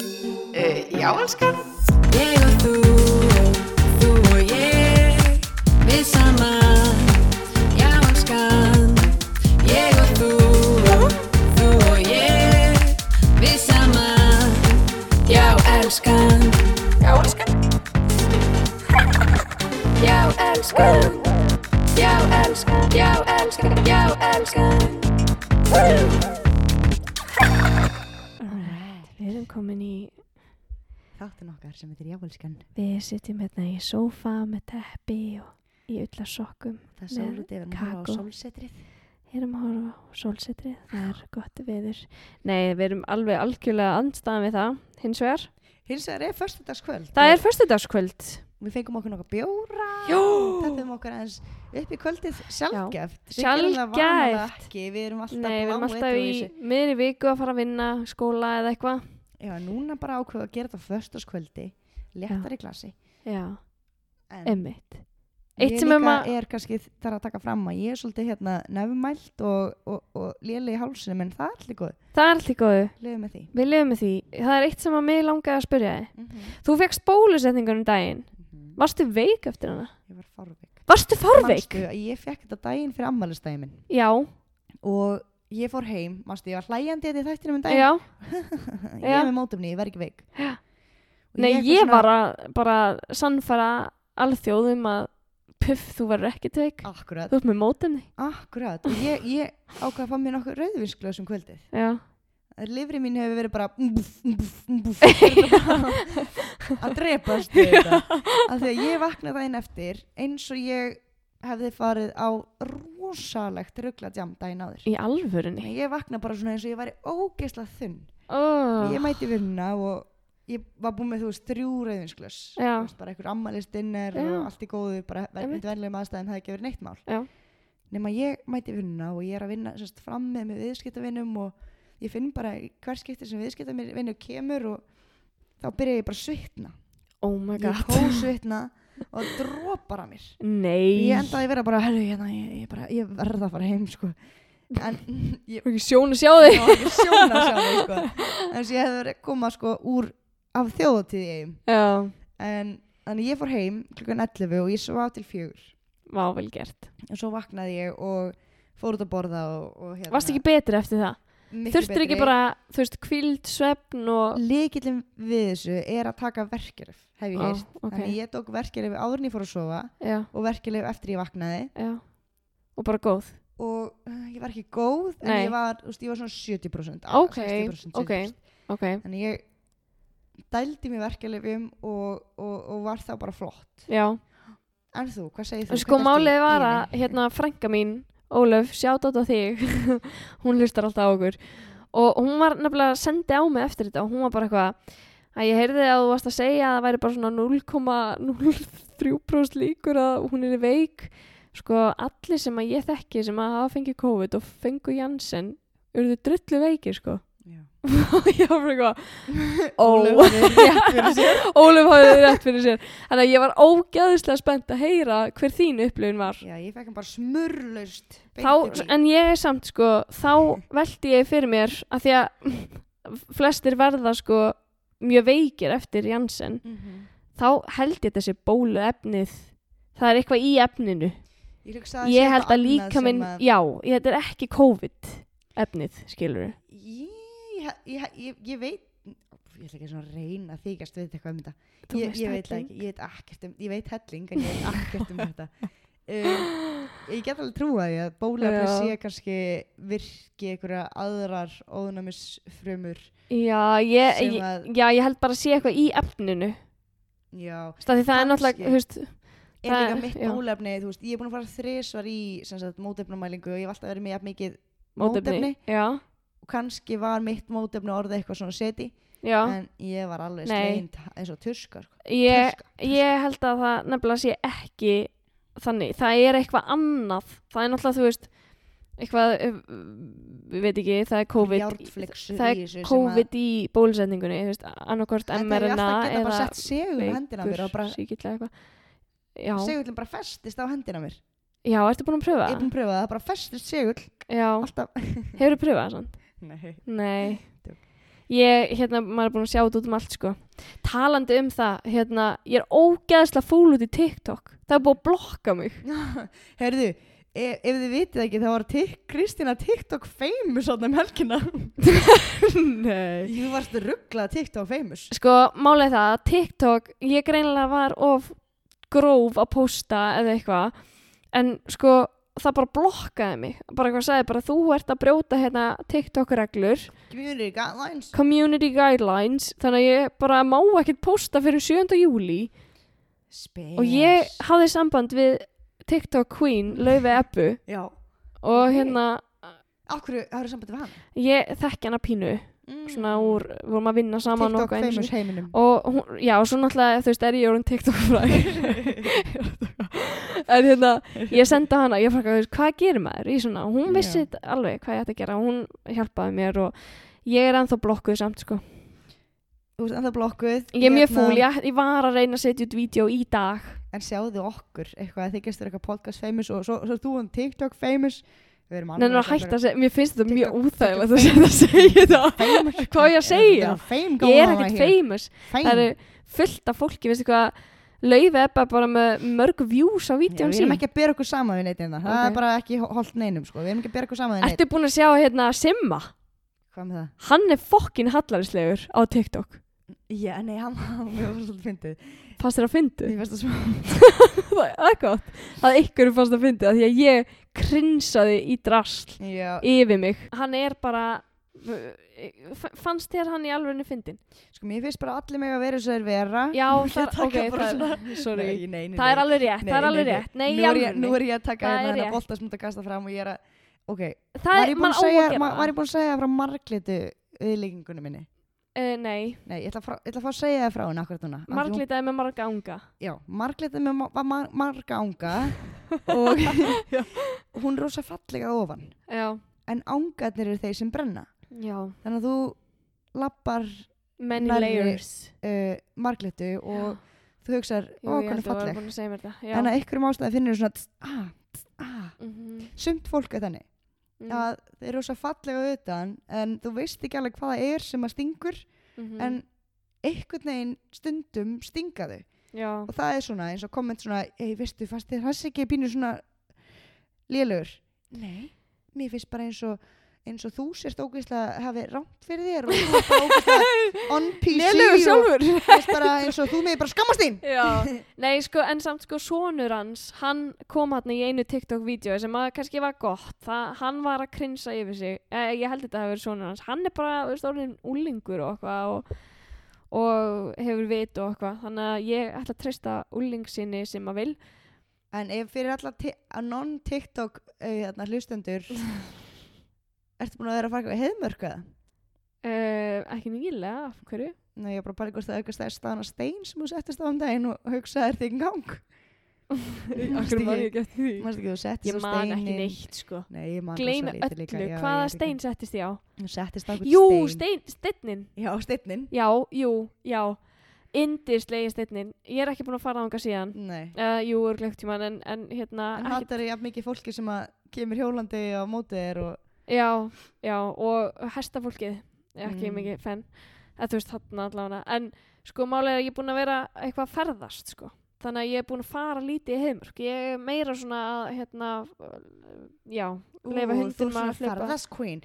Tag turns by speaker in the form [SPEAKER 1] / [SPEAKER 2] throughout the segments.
[SPEAKER 1] Uh, já, elskan.
[SPEAKER 2] Ég og þú, þú og ég, við saman, já elskan. Ég og þú, þú og ég, við saman, já elskan.
[SPEAKER 1] Já, elskan.
[SPEAKER 2] Já elskan, já elskan, já elskan, já elskan.
[SPEAKER 3] Alright, við erum komin í,
[SPEAKER 4] Þáttin okkar sem heitir Jáelskan.
[SPEAKER 3] við sitjum hérna í sófa með teppi og í öll sokkum.
[SPEAKER 4] Það er
[SPEAKER 3] með
[SPEAKER 4] sálut ef hann horfa á
[SPEAKER 3] kakó.
[SPEAKER 4] sólsetrið.
[SPEAKER 3] Erum að horfa á sólsetrið, það er gott veður. Nei, við erum alveg algjörlega andstaðan við það, hins vegar.
[SPEAKER 4] Hins vegar er förstudagskvöld.
[SPEAKER 3] Það er föstudagskvöld.
[SPEAKER 4] Við fengum okkur nokkað bjóra.
[SPEAKER 3] Jó!
[SPEAKER 4] Tættum okkur aðeins upp í kvöldið sjálfgeft.
[SPEAKER 3] sjálfgeft.
[SPEAKER 4] Við gerum það vanalega ekki. Við erum alltaf
[SPEAKER 3] Nei, við erum
[SPEAKER 4] bláeitru
[SPEAKER 3] alltaf í
[SPEAKER 4] þessu.
[SPEAKER 3] miðri viku að fara að vinna, skóla eða eitthvað.
[SPEAKER 4] Já, núna bara ákveða að gera þetta á förstudagskvöldi. Léttar í klasi.
[SPEAKER 3] Já,
[SPEAKER 4] En
[SPEAKER 3] emmitt.
[SPEAKER 4] ég
[SPEAKER 3] Eitt sem um
[SPEAKER 4] líka
[SPEAKER 3] að,
[SPEAKER 4] er kannski þar að taka fram að ég er svolítið hérna nefnmælt og, og, og léli í hálsinu, menn það er allir góð.
[SPEAKER 3] það er alltaf góðu.
[SPEAKER 4] Leðu með því.
[SPEAKER 3] Við lifum með því. Það er eitt sem að mig langaði að spyrja þið.
[SPEAKER 4] Mm
[SPEAKER 3] Þú fegst bólusetningur um daginn.
[SPEAKER 4] -hmm.
[SPEAKER 3] Varstu veik eftir hana?
[SPEAKER 4] Ég var farveik.
[SPEAKER 3] Varstu farveik?
[SPEAKER 4] Manstu að Ég fekk þetta daginn fyrir ammælistæði minn.
[SPEAKER 3] Já,
[SPEAKER 4] og ég fór heim, mástu, ég var hlægjandi þetta í þættinum um dag,
[SPEAKER 3] já.
[SPEAKER 4] ég
[SPEAKER 3] já.
[SPEAKER 4] er með mótumni, ég verð ekki veik. Og
[SPEAKER 3] Nei,
[SPEAKER 4] eitthvað
[SPEAKER 3] ég
[SPEAKER 4] svona-
[SPEAKER 3] var að bara sannfara alþjóðum að puff, þú verður ekkert veik.
[SPEAKER 4] Akkurat,
[SPEAKER 3] Þú ert með mótum þig.
[SPEAKER 4] akkurat, og ég, ég ákvað að fá mér nokkuð rauðvinsklaus um kvöldið.
[SPEAKER 3] Já,
[SPEAKER 4] Livri mín hefur verið bara mbúf, mbúf, mbúf, að drepast við þetta. Af því að ég vaknaði daginn eftir eins og ég hefði farið á rosalegt ruggladjam daginn áður.
[SPEAKER 3] í alvörunni.
[SPEAKER 4] Ég vaknaði bara svona eins og ég væri ógeislega þunn.
[SPEAKER 3] Oh.
[SPEAKER 4] ég mæti vinna og ég var búin með þú veist þrjú reyðinsklaus
[SPEAKER 3] Já.
[SPEAKER 4] bara einhver ammalistinn
[SPEAKER 3] Já.
[SPEAKER 4] og allt í góðu bara
[SPEAKER 3] Einmitt.
[SPEAKER 4] verðmynd venlegum aðstæðum það hefði ekki verið neitt mál
[SPEAKER 3] Já.
[SPEAKER 4] nema ég mæti vinna og ég er að vinna sérst, fram með með viðskiptavinnum og ég finn bara í hver skipti sem viðskiptavinnum kemur og þá byrja ég bara að svitna
[SPEAKER 3] Oh my
[SPEAKER 4] ég
[SPEAKER 3] god.
[SPEAKER 4] hósvitna og það dropar að mér og
[SPEAKER 3] Nei.
[SPEAKER 4] ég endaði að vera bara, herru, hérna, ég, ég, bara, ég verða að fara heim sko. en ég,
[SPEAKER 3] Þú er ekki sjón að sjá þig.
[SPEAKER 4] ég var ekki sjón að sjá mig sko. en þess að ég hefði verið að koma sko úr af þjóðatíð ég
[SPEAKER 3] Já,
[SPEAKER 4] en þannig ég fór heim klukkan 11 og ég svaf til fjögur
[SPEAKER 3] vá vel gert.
[SPEAKER 4] og svo vaknaði ég og fór út að borða og, og hérna
[SPEAKER 3] Varst ekki betri eftir það? Þurftur ekki bara, þú veist, kvíld, svefn og...
[SPEAKER 4] líkillin við þessu er að taka verkjörf hef ég heyrt
[SPEAKER 3] Ó, ok.
[SPEAKER 4] þannig ég tók verkjörf áður en ég fór að sofa
[SPEAKER 3] Já,
[SPEAKER 4] og verkjörf eftir ég vaknaði
[SPEAKER 3] já. Og bara góð.
[SPEAKER 4] og uh, ég var ekki góð en
[SPEAKER 3] Nei.
[SPEAKER 4] ég var, þú veist, ég var svona 70%
[SPEAKER 3] Ok,
[SPEAKER 4] 60%,
[SPEAKER 3] ok.
[SPEAKER 4] 70%.
[SPEAKER 3] Ok,
[SPEAKER 4] Þannig ég dældi mér verkeflefum og, og, og var það bara flott.
[SPEAKER 3] já.
[SPEAKER 4] En þú, hvað segir þú?
[SPEAKER 3] En sko
[SPEAKER 4] Hvernig ertu
[SPEAKER 3] málið
[SPEAKER 4] í
[SPEAKER 3] var
[SPEAKER 4] henni?
[SPEAKER 3] að hérna frænka mín, Ólöf, sjátt á þig, hún hlustar alltaf á okkur og hún var nefnilega að sendi á mig eftir þetta og hún var bara eitthvað að ég heyrði að þú varst að segja að það væri bara svona 0,03% líkur að hún er veik sko allir sem að ég þekki sem að hafa fengið COVID og fengu Janssen urðu drullu veikir sko
[SPEAKER 4] Já.
[SPEAKER 3] og ég var bara eitthvað ó
[SPEAKER 4] Ólöf hafði rétt fyrir sér.
[SPEAKER 3] Ólöf hafði rétt fyrir sér þannig að ég var ógæðislega spennt að heyra hver þín upplifin var
[SPEAKER 4] Já, ég fekk hann bara smurlaust.
[SPEAKER 3] þá, en ég er samt sko þá veldi ég fyrir mér að því að flestir verða sko mjög veikir eftir Janssen
[SPEAKER 4] Mm -hmm.
[SPEAKER 3] þá held ég þessi bólu efnið það er eitthvað í efninu
[SPEAKER 4] Ég, hugsa að það sé
[SPEAKER 3] ég held
[SPEAKER 4] eitthvað
[SPEAKER 3] að
[SPEAKER 4] annað
[SPEAKER 3] líka
[SPEAKER 4] sem
[SPEAKER 3] minn
[SPEAKER 4] að-
[SPEAKER 3] já, ég- þetta er ekki COVID efnið, skilur
[SPEAKER 4] Ég, ég, ég, ég veit, ég ætla ekki svona að reyna að þykjast við eitthvað um þetta.
[SPEAKER 3] Þú
[SPEAKER 4] Ég,
[SPEAKER 3] veist
[SPEAKER 4] ég veit það
[SPEAKER 3] helling.
[SPEAKER 4] ekki, ég veit ekkert um, ég veit helling en ég veit ekkert um þetta. Um, ég get alveg trúa því að bólefni
[SPEAKER 3] Já.
[SPEAKER 4] sé kannski virki einhverja aðrar óðunamisfrumur
[SPEAKER 3] já ég,
[SPEAKER 4] Sem
[SPEAKER 3] ég,
[SPEAKER 4] að-
[SPEAKER 3] já, ég held bara að sé eitthvað í efninu
[SPEAKER 4] Já,
[SPEAKER 3] Þú veist, af því það er náttúrulega,
[SPEAKER 4] Kannski.
[SPEAKER 3] þú veist
[SPEAKER 4] er
[SPEAKER 3] Það-
[SPEAKER 4] líka mitt
[SPEAKER 3] já.
[SPEAKER 4] bólefni þú veist, ég er búin að fara þrisvar í sem sagt, mótefnumælingu og ég hef alltaf verið með jafn mikið
[SPEAKER 3] mótefni, já,
[SPEAKER 4] og kannski var mitt mótefni orðið eitthvað svona seti
[SPEAKER 3] já
[SPEAKER 4] en ég var alveg
[SPEAKER 3] Nei.
[SPEAKER 4] sleint eins og sko. turskar
[SPEAKER 3] ég,
[SPEAKER 4] Tuska,
[SPEAKER 3] ég held að það nefnilega sé ekki þannig, það er eitthvað annað það er náttúrulega, þú veist eitthvað, eh, við veit ekki það er COVID,
[SPEAKER 4] járnflexur
[SPEAKER 3] það er COVID í bólusetningunni, þú veist annarkort
[SPEAKER 4] alltaf geta
[SPEAKER 3] mRNA
[SPEAKER 4] bara
[SPEAKER 3] eða
[SPEAKER 4] sett segul í hendina á mér og bara
[SPEAKER 3] síkilega eitthvað já,
[SPEAKER 4] segulin bara festist á hendina á mér
[SPEAKER 3] já, ertu búin að pröfa?
[SPEAKER 4] ég er búin að pröfa það, bara festist segul
[SPEAKER 3] Ah. Já,
[SPEAKER 4] alltaf
[SPEAKER 3] hefurðu pröfað það samt?
[SPEAKER 4] Nei.
[SPEAKER 3] Nei
[SPEAKER 4] Djók.
[SPEAKER 3] ég, hérna, maður er búin að sjá þetta út um allt sko. talandi um það, hérna ég er ógeðslega fúl út í TikTok það er búin að blokka mig
[SPEAKER 4] Herðu, ef, e, ef þið vitið ekki þá var tik, Kristina TikTok famous átna um helgina.
[SPEAKER 3] nei
[SPEAKER 4] Jú varst rugglað TikTok famous.
[SPEAKER 3] sko, málega það, að TikTok ég greinlega var of gróf að posta eða eitthvað en sko, það bara blokkaði mig bara eitthvað sagði, bara þú ert að brjóta hérna TikTok reglur,
[SPEAKER 4] Community guidelines.
[SPEAKER 3] community guidelines þannig að ég bara má ekkert posta fyrir 7. júli
[SPEAKER 4] Spes.
[SPEAKER 3] og ég hafði samband við TikTok queen, Laufi Ebbu
[SPEAKER 4] Já.
[SPEAKER 3] og hérna,
[SPEAKER 4] Akkur, það eru sambandi við hann.
[SPEAKER 3] ég þekki hana pínu
[SPEAKER 4] Mm.
[SPEAKER 3] svona úr, vorum að vinna saman og
[SPEAKER 4] TikTok
[SPEAKER 3] eitthvað einu sinni.
[SPEAKER 4] famous heiminum.
[SPEAKER 3] og hún, já, svo náttúrulega þú veist, er ég orðin TikTok fræg en hérna ég senda hana, ég frækka, þú veist, hvað gerir maður í svona, hún vissi
[SPEAKER 4] Já.
[SPEAKER 3] þetta alveg hvað ég ætti að gera, hún hjálpaði mér og ég er ennþá blokkuð samt, sko
[SPEAKER 4] Þú veist, ennþá blokkuð.
[SPEAKER 3] ég er mjög
[SPEAKER 4] Hérna,
[SPEAKER 3] fúl, ég, ég var að reyna að setja út vídeo í dag,
[SPEAKER 4] En sjáðu okkur eitthvað, þið gestur eitthvað podcast famous og svo, svo þú um TikTok famous. Við erum
[SPEAKER 3] en að hætta að segja mér finnst þetta mjög
[SPEAKER 4] TikTok-
[SPEAKER 3] úþægilegt að setja að segja það
[SPEAKER 4] Famous.
[SPEAKER 3] Hvað á ég að segja?
[SPEAKER 4] There's Fame
[SPEAKER 3] ég er
[SPEAKER 4] going on
[SPEAKER 3] ekkert
[SPEAKER 4] right here.
[SPEAKER 3] famous, það eru fullt af fólki, veistu hvað laufi ebba bara með mörg views á
[SPEAKER 4] Já,
[SPEAKER 3] vídeon
[SPEAKER 4] við
[SPEAKER 3] sín
[SPEAKER 4] erum ekki að bera okkur saman við neitt einna það
[SPEAKER 3] Ok.
[SPEAKER 4] er bara ekki holdt neinum sko. við erum ekki að bera okkur saman við neitt
[SPEAKER 3] ertu búin að sjá hérna Simma
[SPEAKER 4] hvað með það?
[SPEAKER 3] hann er fokkin hallarislegur á TikTok
[SPEAKER 4] já, nei, hann var svolítið fyndið
[SPEAKER 3] fannst þér að fyndi?
[SPEAKER 4] ég veist að smá
[SPEAKER 3] það það er gott að ykkur fannst að fyndi því að ég krinsaði í drasl
[SPEAKER 4] já,
[SPEAKER 3] yfir mig hann er bara f- fannst þér hann í alvegni fyndin?
[SPEAKER 4] sko, mér finnst bara allir mig að vera svo er vera
[SPEAKER 3] já, það,
[SPEAKER 4] taka
[SPEAKER 3] ok,
[SPEAKER 4] bara
[SPEAKER 3] það, sorry
[SPEAKER 4] nei, nei, nei,
[SPEAKER 3] það er alveg rétt,
[SPEAKER 4] Nei,
[SPEAKER 3] það er alveg
[SPEAKER 4] nei, nei.
[SPEAKER 3] rétt nei,
[SPEAKER 4] nú
[SPEAKER 3] í
[SPEAKER 4] er, ég, nú
[SPEAKER 3] alvöru
[SPEAKER 4] er ég að taka
[SPEAKER 3] Það
[SPEAKER 4] hérna
[SPEAKER 3] er
[SPEAKER 4] hérna
[SPEAKER 3] rétt.
[SPEAKER 4] bolta sem þetta kasta fram og ég er að ok,
[SPEAKER 3] það
[SPEAKER 4] var
[SPEAKER 3] er,
[SPEAKER 4] ég búin að
[SPEAKER 3] mann á að
[SPEAKER 4] segja
[SPEAKER 3] gera
[SPEAKER 4] ma- var
[SPEAKER 3] það
[SPEAKER 4] ég búin að segja frá marglitu viðlíkingunum minni?
[SPEAKER 3] uh, nei,
[SPEAKER 4] nei, ég ætla, að frá, ég ætla að fá að segja það frá henni akkurat núna af því hún-
[SPEAKER 3] marglitaði með marga unga
[SPEAKER 4] já, marglitu með ma- var mar marga ánga og
[SPEAKER 3] Já.
[SPEAKER 4] hún er rosa fallega að ofan
[SPEAKER 3] já,
[SPEAKER 4] en ángarnir eru þeir sem brenna
[SPEAKER 3] já,
[SPEAKER 4] þannig að þú lappar
[SPEAKER 3] many
[SPEAKER 4] Nærri-
[SPEAKER 3] layers
[SPEAKER 4] uh, marglitu og þú hugsar, ó,
[SPEAKER 3] Jú, ég
[SPEAKER 4] hvernig
[SPEAKER 3] held að þú værir
[SPEAKER 4] falleg
[SPEAKER 3] búin að segja mér það já.
[SPEAKER 4] en að ykkurum ástæði finnir þú svona tss, ah, tss, ah.
[SPEAKER 3] Mhm,
[SPEAKER 4] sumt fólk er þannig
[SPEAKER 3] mhm,
[SPEAKER 4] að þeir eru svo fallega utan en þú veist ekki alveg hvað það er sem að stingur
[SPEAKER 3] mhm.
[SPEAKER 4] en einhvern veginn stundum stinga þau
[SPEAKER 3] já,
[SPEAKER 4] og það er svona eins og komment svona ei, veistu, fannst þér hans ekki pínu svona lélugur nei, mér finnst bara eins og eins og þú sérst ógeðslega hafi rámt fyrir þér og þú ert bara ógeðslega on PC
[SPEAKER 3] lélugur
[SPEAKER 4] og
[SPEAKER 3] sjálfur
[SPEAKER 4] finnst bara eins og þú með bara skammast þín
[SPEAKER 3] Já, nei sko en samt sko sonur hans, hann kom hann í einu TikTok-vídeói sem að kannski var gott, það, hann var að krinsa yfir sig, eh, ég held þetta hafi verið sonur hans, hann er bara, þú veist, orðin úlingur og eitthvað og, og hefur vit og eitthvað, þannig að ég ætla að treysta úling sinni sem að vil,
[SPEAKER 4] en ef fyrir alla ti- að non-tiktok uh, hérna, hlustendur ertu búin að vera að fara heðmörka
[SPEAKER 3] uh, ekki nýlega, af hverju?
[SPEAKER 4] Nei, ég er bara bara eitthvað að eitthvað staðan að stein sem þú settist á um daginn og hugsaði þig í gang Manstu
[SPEAKER 3] Af hverju man
[SPEAKER 4] ekki-
[SPEAKER 3] ég ekki eftir því?
[SPEAKER 4] Manstu ekki, þú settist
[SPEAKER 3] Ég
[SPEAKER 4] á
[SPEAKER 3] man
[SPEAKER 4] steinin
[SPEAKER 3] ekki neitt sko.
[SPEAKER 4] Nei, ég man
[SPEAKER 3] Gleimi
[SPEAKER 4] rosa lítið
[SPEAKER 3] öllu,
[SPEAKER 4] líka, já,
[SPEAKER 3] hvaða
[SPEAKER 4] ég líka.
[SPEAKER 3] stein settist ég á?
[SPEAKER 4] Hún settist á einhvern
[SPEAKER 3] Jú,
[SPEAKER 4] stein.
[SPEAKER 3] stein, steinnin.
[SPEAKER 4] Já, steinnin.
[SPEAKER 3] Já, jú, já Indislegi steinnin, ég er ekki búin að fara þangað síðan
[SPEAKER 4] Nei.
[SPEAKER 3] uh, Jú, örglegt tíma en, en hérna
[SPEAKER 4] En
[SPEAKER 3] ekki,
[SPEAKER 4] hattar jafn mikið fólki sem að kemur hjólandi á móti þér og...
[SPEAKER 3] Já, já, og hestafólkið ég er ekki
[SPEAKER 4] Mm.
[SPEAKER 3] mikið fenn eða þú veist þarna allavega en sko málega ég er búin að vera eitthvað að ferðast sko þannig að ég er búin að fara lítið í heimurk ég er meira svona að hérna já, Leyfa
[SPEAKER 4] Ú, þú
[SPEAKER 3] hundinum að
[SPEAKER 4] ert svona
[SPEAKER 3] hlaupa.
[SPEAKER 4] Ferðast queen.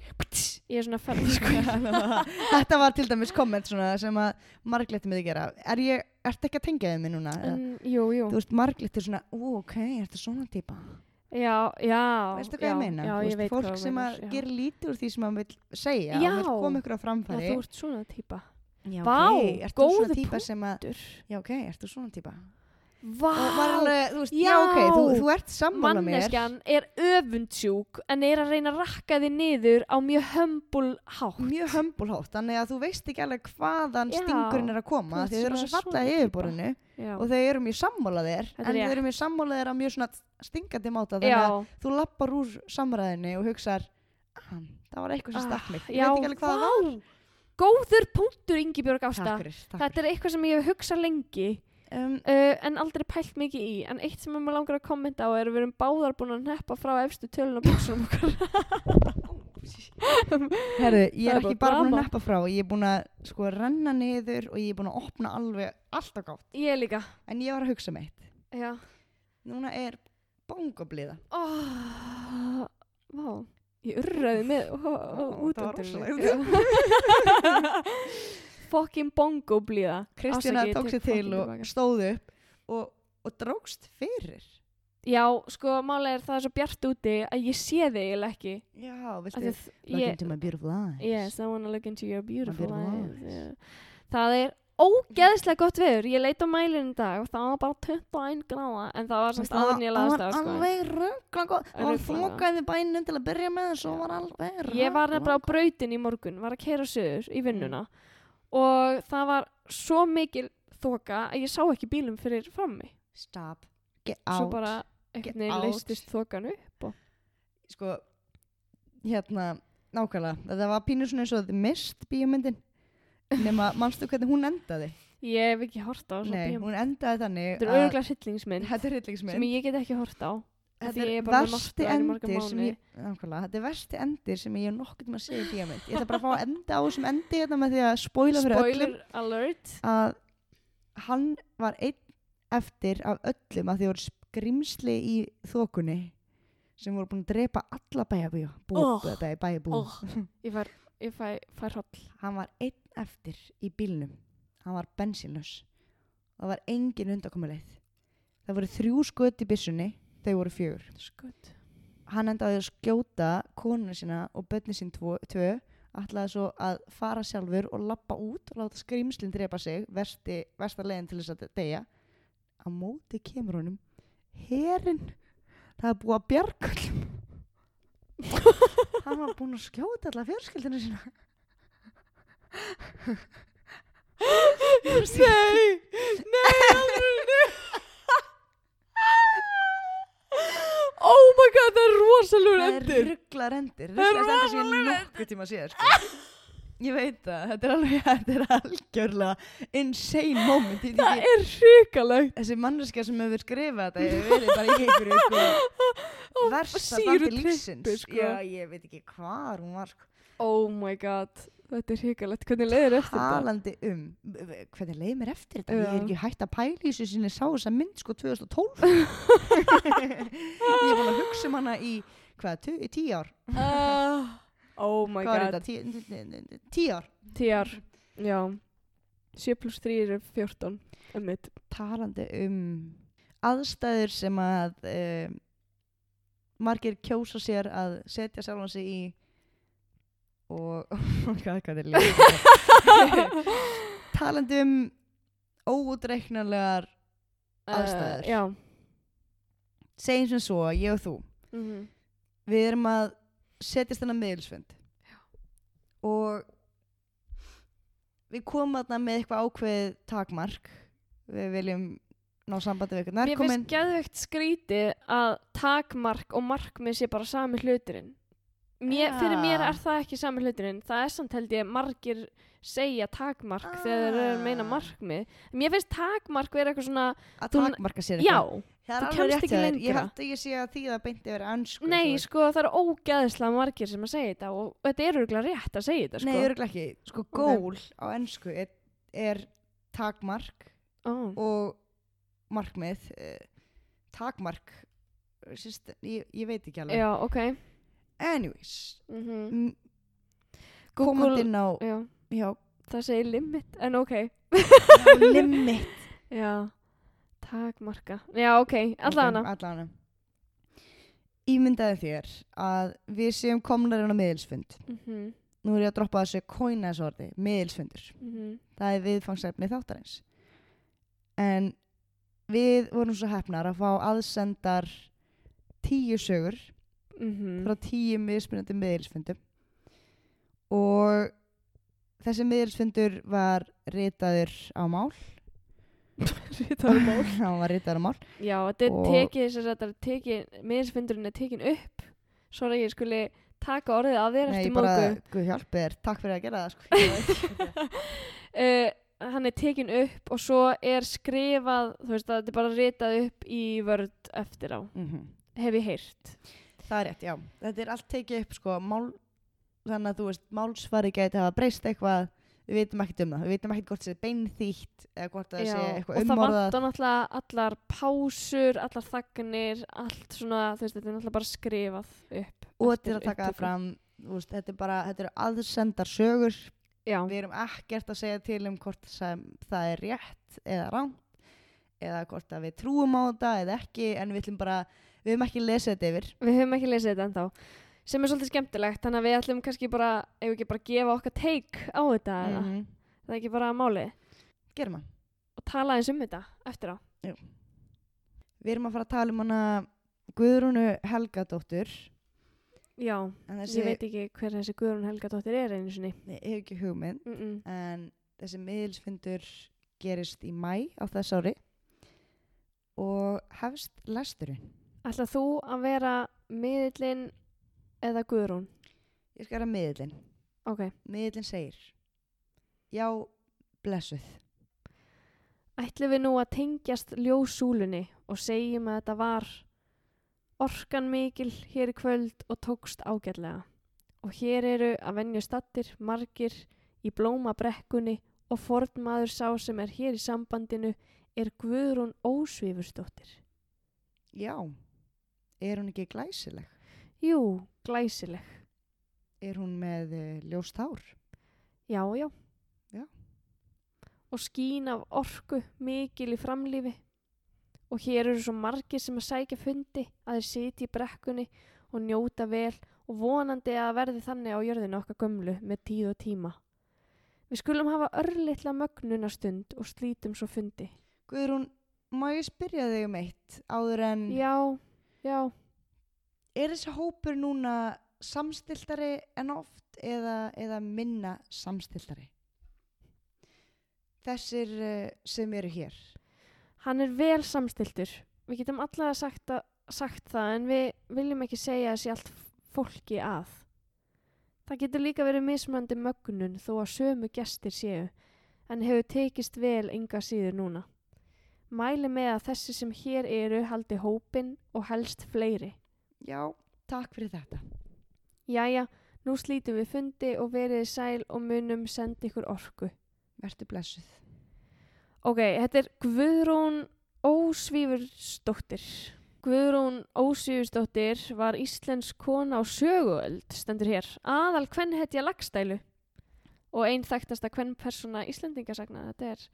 [SPEAKER 3] ég er svona að ferðast sko.
[SPEAKER 4] Þetta var til dæmis komment svona sem að marglitt miði gera. Er ég, ertu ekki að tengja þið mig núna?
[SPEAKER 3] en, Jú, Mm, jú,
[SPEAKER 4] Þú veist, marglitt er svona, ú, ok, ertu svona típa?
[SPEAKER 3] já, já
[SPEAKER 4] Veistu hvað
[SPEAKER 3] já,
[SPEAKER 4] ég meina?
[SPEAKER 3] Já,
[SPEAKER 4] Þú
[SPEAKER 3] ég
[SPEAKER 4] veist,
[SPEAKER 3] veit
[SPEAKER 4] fólk
[SPEAKER 3] hvað þú
[SPEAKER 4] sem að
[SPEAKER 3] meinar, já.
[SPEAKER 4] gerir lítið úr því sem að vil segja
[SPEAKER 3] Já.
[SPEAKER 4] og vil koma ykkur á
[SPEAKER 3] Já,
[SPEAKER 4] framfæri.
[SPEAKER 3] þú ert svona típa
[SPEAKER 4] Já,
[SPEAKER 3] Vá,
[SPEAKER 4] ok, ertu svona
[SPEAKER 3] góður
[SPEAKER 4] típa sem að-
[SPEAKER 3] Dur.
[SPEAKER 4] Já, ok, ertu svona típa?
[SPEAKER 3] Vá,
[SPEAKER 4] og var alveg, þú veist, já,
[SPEAKER 3] Já.
[SPEAKER 4] ok, þú, þú ert sammála mér
[SPEAKER 3] manneskjan er öfundsjúk en er að reyna að rakka þið niður á mjög hömbul hátt.
[SPEAKER 4] mjög hömbulhátt, þannig að þú veist ekki alveg hvaðan
[SPEAKER 3] Já.
[SPEAKER 4] stingurinn er að
[SPEAKER 3] Þú
[SPEAKER 4] koma
[SPEAKER 3] ert
[SPEAKER 4] því þau eru
[SPEAKER 3] svona
[SPEAKER 4] svo falla í
[SPEAKER 3] svona
[SPEAKER 4] yfirborðinu
[SPEAKER 3] Já,
[SPEAKER 4] og þau eru mjög sammála þér
[SPEAKER 3] Þetta er
[SPEAKER 4] en þau
[SPEAKER 3] rétt.
[SPEAKER 4] eru mjög sammála þér á mjög svona stingandi máta þannig að
[SPEAKER 3] já,
[SPEAKER 4] þú lappar úr samræðinu og hugsar ah, það var eitthvað sem stakk mig, ég
[SPEAKER 3] Ah, já,
[SPEAKER 4] veit ekki alveg hvað það var
[SPEAKER 3] vá. góður punktur Ingibjörg Ásta.
[SPEAKER 4] takk fyrir, takk
[SPEAKER 3] Þetta er eitthvað sem ég hef hugsað lengi
[SPEAKER 4] fyrir um,
[SPEAKER 3] uh, en aldrei pælt mikið í en eitt sem ég langar að kommenta á er að við erum báðar búin að neppa frá efstu tölun og buksunum okkar.
[SPEAKER 4] Herðu, ég
[SPEAKER 3] Það
[SPEAKER 4] er
[SPEAKER 3] er
[SPEAKER 4] ekki
[SPEAKER 3] bara
[SPEAKER 4] bara búin
[SPEAKER 3] drama.
[SPEAKER 4] að neppa frá Ég er búin að sko renna niður og ég er búin að opna alveg alltaf gátt
[SPEAKER 3] Ég líka
[SPEAKER 4] En ég var að hugsa meitt
[SPEAKER 3] Já
[SPEAKER 4] Núna er bongobliða
[SPEAKER 3] oh, Vá Ég urraði með ó, ó,
[SPEAKER 4] Ó,
[SPEAKER 3] út
[SPEAKER 4] það var
[SPEAKER 3] rosalegt Fokkin bongo blíða
[SPEAKER 4] Kristjana
[SPEAKER 3] Afsakið, ég
[SPEAKER 4] tók
[SPEAKER 3] tek
[SPEAKER 4] sér til
[SPEAKER 3] fucking
[SPEAKER 4] og
[SPEAKER 3] tilbaka.
[SPEAKER 4] stóð upp og, og drókst fyrir
[SPEAKER 3] Já, sko, málega er það er svo bjart úti að ég sé þig eiginlega ekki
[SPEAKER 4] Já,
[SPEAKER 3] Af
[SPEAKER 4] veistu
[SPEAKER 3] því að ég,
[SPEAKER 4] my beautiful eyes
[SPEAKER 3] Yes, I wanna look into your beautiful
[SPEAKER 4] beautiful
[SPEAKER 3] eyes
[SPEAKER 4] eyes.
[SPEAKER 3] yeah. Það er ógeðslega gott veður Ég leit á mælinn í dag og það var bara 21 gráða en það var samt áður en ég laðast af
[SPEAKER 4] Það var
[SPEAKER 3] sko.
[SPEAKER 4] alveg röggla gott Það var
[SPEAKER 3] Ruglað.
[SPEAKER 4] þokaði bænum til að byrja með en svo var alveg röggla
[SPEAKER 3] Ég var nefnilega á brautin í morgun, var að keira söður í
[SPEAKER 4] Mm.
[SPEAKER 3] vinnuna og það var svo mikil þoka að ég sá ekki bílum fyrir frammi.
[SPEAKER 4] Stop Get
[SPEAKER 3] Svo
[SPEAKER 4] out
[SPEAKER 3] bara einhvern veginn
[SPEAKER 4] out.
[SPEAKER 3] leistist þokan upp og
[SPEAKER 4] Sko Hérna Nákvæmlega Þetta var pínu svona eins og The Mist bíómyndin Nefna Manstu hvernig hún endaði
[SPEAKER 3] ég hef ekki hort á svo
[SPEAKER 4] Nei,
[SPEAKER 3] bílum.
[SPEAKER 4] hún endaði þannig
[SPEAKER 3] Þetta er
[SPEAKER 4] að-
[SPEAKER 3] auðvitað hryllingsmynd
[SPEAKER 4] Þetta er
[SPEAKER 3] sem
[SPEAKER 4] hryllingsmynd
[SPEAKER 3] ég get ekki hort á. af
[SPEAKER 4] Þetta
[SPEAKER 3] því ég
[SPEAKER 4] er
[SPEAKER 3] er bara með
[SPEAKER 4] versti
[SPEAKER 3] náttúrulega í marga
[SPEAKER 4] endir sem
[SPEAKER 3] mánuði.
[SPEAKER 4] ég Nákvæmlega Þetta er versti endir sem ég hef nokkuð tíma að segja í bíómynd Ég ætla bara að fá að enda á þessum endi Þetta með því að spoila fyrir öllum
[SPEAKER 3] Spoiler alert.
[SPEAKER 4] að hann var einn eftir af öllum að því voru skrimsli í þokunni sem voru búin að drepa alla bæjabíu
[SPEAKER 3] Oh.
[SPEAKER 4] búið þetta í bæjabú
[SPEAKER 3] Oh, ég fær, ég fær, fær hall.
[SPEAKER 4] hann var einn eftir í bílnum hann var bensínlaus það var engin undakomuleið það voru þrjú skot í byssunni þau voru fjögur
[SPEAKER 3] Skut.
[SPEAKER 4] hann endaði að skjóta konuna sína og bönni sín tvo, tvö ætlaði svo að fara sjálfur og lappa út og láta skrýmslinn drepa sig versti, versta leiðin til þess að deyja á móti kemur honum herinn það er búið að bjargöldum hann var búinn að skjóta alla fjörskildinu sína
[SPEAKER 3] Nei, nei, alveg Oh my god, það er rosalur
[SPEAKER 4] það er
[SPEAKER 3] endir
[SPEAKER 4] rugglar endir
[SPEAKER 3] Það er
[SPEAKER 4] rugglar endir sem ég nokkuð tíma síðar sko. ég veit það, þetta er alveg þetta er algjörlega insane moment Ég- ég-
[SPEAKER 3] Það er hrikalegt
[SPEAKER 4] þessi manneska sem hefur skrifað þetta hefur verið bara í einhverju sko, versta
[SPEAKER 3] sýru
[SPEAKER 4] dandi lífsins
[SPEAKER 3] trippi, sko.
[SPEAKER 4] já, ég veit ekki hvað hún var sko,
[SPEAKER 3] Oh my god, þetta er hrikalegt Hvernig leiðir eftir þetta?
[SPEAKER 4] talandi um hvernig leið mér eftir þetta, ég
[SPEAKER 3] Já.
[SPEAKER 4] er ekki hægt að pæla í þessu sinni sá þessa mynd sko 2012 ég er búin að hugsa um hana í hvað, tu- í tíu ár
[SPEAKER 3] Uh, oh my
[SPEAKER 4] hvað er
[SPEAKER 3] god,
[SPEAKER 4] þetta, tíu, tíu ár
[SPEAKER 3] TR Já 7 plus 3 er 14 um mitt.
[SPEAKER 4] talandi um aðstæður sem að um, margir kjósa sér að setja sjálfan sig í og hvað, hvað er líka talandi um óútreiknarlegar Aðstæður.
[SPEAKER 3] Uh, já
[SPEAKER 4] segjum sem svo, ég og þú
[SPEAKER 3] mm
[SPEAKER 4] við erum að setjast þennan miðilsfund og við komum þarna með eitthvað ákveðið takmark við viljum ná sambandi við eitthvað
[SPEAKER 3] Mér
[SPEAKER 4] nærkomin
[SPEAKER 3] finnst geðveikt skrítið að takmark og markmið sé bara sami hluturinn. Mér,
[SPEAKER 4] Ja.
[SPEAKER 3] Fyrir mér er það ekki sami hluturinn. Það er samt held ég margir segja takmark þegar þeir eru að meina
[SPEAKER 4] Ah.
[SPEAKER 3] markmið. Mér finnst takmark vera eitthvað svona,
[SPEAKER 4] að
[SPEAKER 3] þú-
[SPEAKER 4] takmarka sér
[SPEAKER 3] já,
[SPEAKER 4] eitthvað Það er
[SPEAKER 3] Þú
[SPEAKER 4] alveg
[SPEAKER 3] kemst
[SPEAKER 4] rétt
[SPEAKER 3] ekki
[SPEAKER 4] hjá þér. Ég
[SPEAKER 3] lengra.
[SPEAKER 4] held að ég sé að því að beinti verið ansku.
[SPEAKER 3] nei, sko það eru ógeðslega margir sem að segja þetta og þetta er örgulega rétt að segja þetta,
[SPEAKER 4] Nei,
[SPEAKER 3] sko.
[SPEAKER 4] örgulega ekki. Sko, gól á ennsku er, er takmark
[SPEAKER 3] Ó,
[SPEAKER 4] og markmið. eh, Takmark, sérst, ég, ég veit ekki alveg.
[SPEAKER 3] Já, ok.
[SPEAKER 4] Anyways,
[SPEAKER 3] Mm
[SPEAKER 4] m-
[SPEAKER 3] Google-
[SPEAKER 4] komandi ná,
[SPEAKER 3] Já,
[SPEAKER 4] já,
[SPEAKER 3] það segir limit, en ok.
[SPEAKER 4] limit.
[SPEAKER 3] Já, takmarka. Já, ok, allavega.
[SPEAKER 4] Allana. Ímyndaði þér að við séum komlarinn á miðilsfund.
[SPEAKER 3] Okay. Mm -hmm,
[SPEAKER 4] Nú er ég að droppa þessu kóina þessu orði, miðilsfundur.
[SPEAKER 3] mhm,
[SPEAKER 4] það er viðfangsefni þáttarins en við vorum svo hefnar að fá aðsendar tíu sögur
[SPEAKER 3] Mm. mhm.
[SPEAKER 4] frá tíu mismunandi miðilsfundum og þessi miðilsfundur var ritaður á mál
[SPEAKER 3] Rítar mál.
[SPEAKER 4] hann var ritaður á mál
[SPEAKER 3] Já, þetta er
[SPEAKER 4] Og-
[SPEAKER 3] tekið, sem sagt, þetta er tekið, miðinsfundurinn er tekin upp, svo að ég skuli taka orðið af þér
[SPEAKER 4] Nei,
[SPEAKER 3] eftir
[SPEAKER 4] bara,
[SPEAKER 3] mógu.
[SPEAKER 4] guð hjálpi þér, takk fyrir að gera það sko. Ég veit ekki hvað það er.
[SPEAKER 3] Uh, hann er tekin upp og svo er skrifað, þú veist, að þetta er bara ritað upp í vörð eftir á,
[SPEAKER 4] Mhm.
[SPEAKER 3] hef ég heyrt.
[SPEAKER 4] það er rétt, já þetta er allt tekið upp sko, mál, þannig að þú veist, málsvari gæti hafa breyst eitthvað við vitum ekkert um það, við vitum ekkert hvort það sé beinþýtt eða hvort það
[SPEAKER 3] Já,
[SPEAKER 4] sé
[SPEAKER 3] og
[SPEAKER 4] eitthvað
[SPEAKER 3] það
[SPEAKER 4] umorðað
[SPEAKER 3] vantar náttúrulega allar pásur, allar þagnir, allt svona, þú veist, þetta er náttúrulega bara skrifað upp.
[SPEAKER 4] og
[SPEAKER 3] eftir
[SPEAKER 4] til að taka það
[SPEAKER 3] upptöku.
[SPEAKER 4] fram þú veist, þetta er bara, þetta eru aðsendar sögur
[SPEAKER 3] Já,
[SPEAKER 4] við erum ekkert að segja til um hvort sem það er rétt eða rangt eða hvort að við trúum á þetta eða ekki en við ætlum bara, við höfum ekki lesið þetta yfir
[SPEAKER 3] við höfum ekki lesið þetta ennþá. Sem er svolítið skemmtilegt, þannig að við ætlum kannski bara, ef við ekki bara gefa okkar take á þetta, mm
[SPEAKER 4] mm
[SPEAKER 3] -hmm. það er ekki bara málið.
[SPEAKER 4] gerum það
[SPEAKER 3] Og tala eins um þetta eftir á.
[SPEAKER 4] við erum að fara að tala um hana Guðrúnu Helgadóttur
[SPEAKER 3] Já,
[SPEAKER 4] en þessi,
[SPEAKER 3] ég veit ekki hver þessi Guðrún Helgadóttir er einu sinni.
[SPEAKER 4] ég hef ekki hugmynd
[SPEAKER 3] Mm -mm.
[SPEAKER 4] en þessi miðilsfundur gerist í mæ á þess ári og hefst lesturinn.
[SPEAKER 3] Ætla þú að vera miðillinn eða Guðrún?
[SPEAKER 4] Ég skal vera miðilinn.
[SPEAKER 3] Ok.
[SPEAKER 4] Miðilinn segir Já, blessuð.
[SPEAKER 3] Ætlum við nú að tengjast ljósúlunni og segjum að þetta var orkan mikil hér í kvöld og tókst ágætlega. Og hér eru að venju stattir margir í blómabrekkunni og fornmaður sá sem er hér í sambandinu er Guðrún Ósvífursdóttir.
[SPEAKER 4] Já. Er hún ekki glæsileg?
[SPEAKER 3] Jú, glæsileg.
[SPEAKER 4] Er hún með uh, ljóst hár?
[SPEAKER 3] Já, já.
[SPEAKER 4] Já.
[SPEAKER 3] Og skín af orku mikil í framlífi. Og hér eru svo margir sem að sækja fundi að þeir sitja í brekkunni og njóta vel og vonandi að verði þannig á jörðinu okkar gömlu með tíð og tíma. Við skulum hafa örlitla mögnunastund og slítum svo fundi.
[SPEAKER 4] Guðrún, má ég spyrja þig um eitt áður en
[SPEAKER 3] Já, já.
[SPEAKER 4] er þessi hópur núna samstiltari en oft eða, eða minna samstiltari? Þessir uh, sem eru hér.
[SPEAKER 3] Hann er vel samstiltur. Við getum allavega sagt, að, sagt það en við viljum ekki segja þessi allt fólki að. Það getur líka verið mismöndi mögnun þó að sömu gestir séu en hefur tekist vel ynga síður núna. Mæli með að þessi sem hér eru haldi hópin og helst fleiri.
[SPEAKER 4] Já, takk fyrir þetta.
[SPEAKER 3] Jæja, nú slítum við fundi og veriði sæl og munum senda ykkur orku.
[SPEAKER 4] Vertu blessuð.
[SPEAKER 3] Ok, þetta er Guðrún Ósvífursdóttir. Guðrún Ósvífursdóttir var íslensk kona á söguöld, stendur hér, aðal kvennhetja lagstælu og einn þekktasta kvennpersona íslendingasagna þetta er.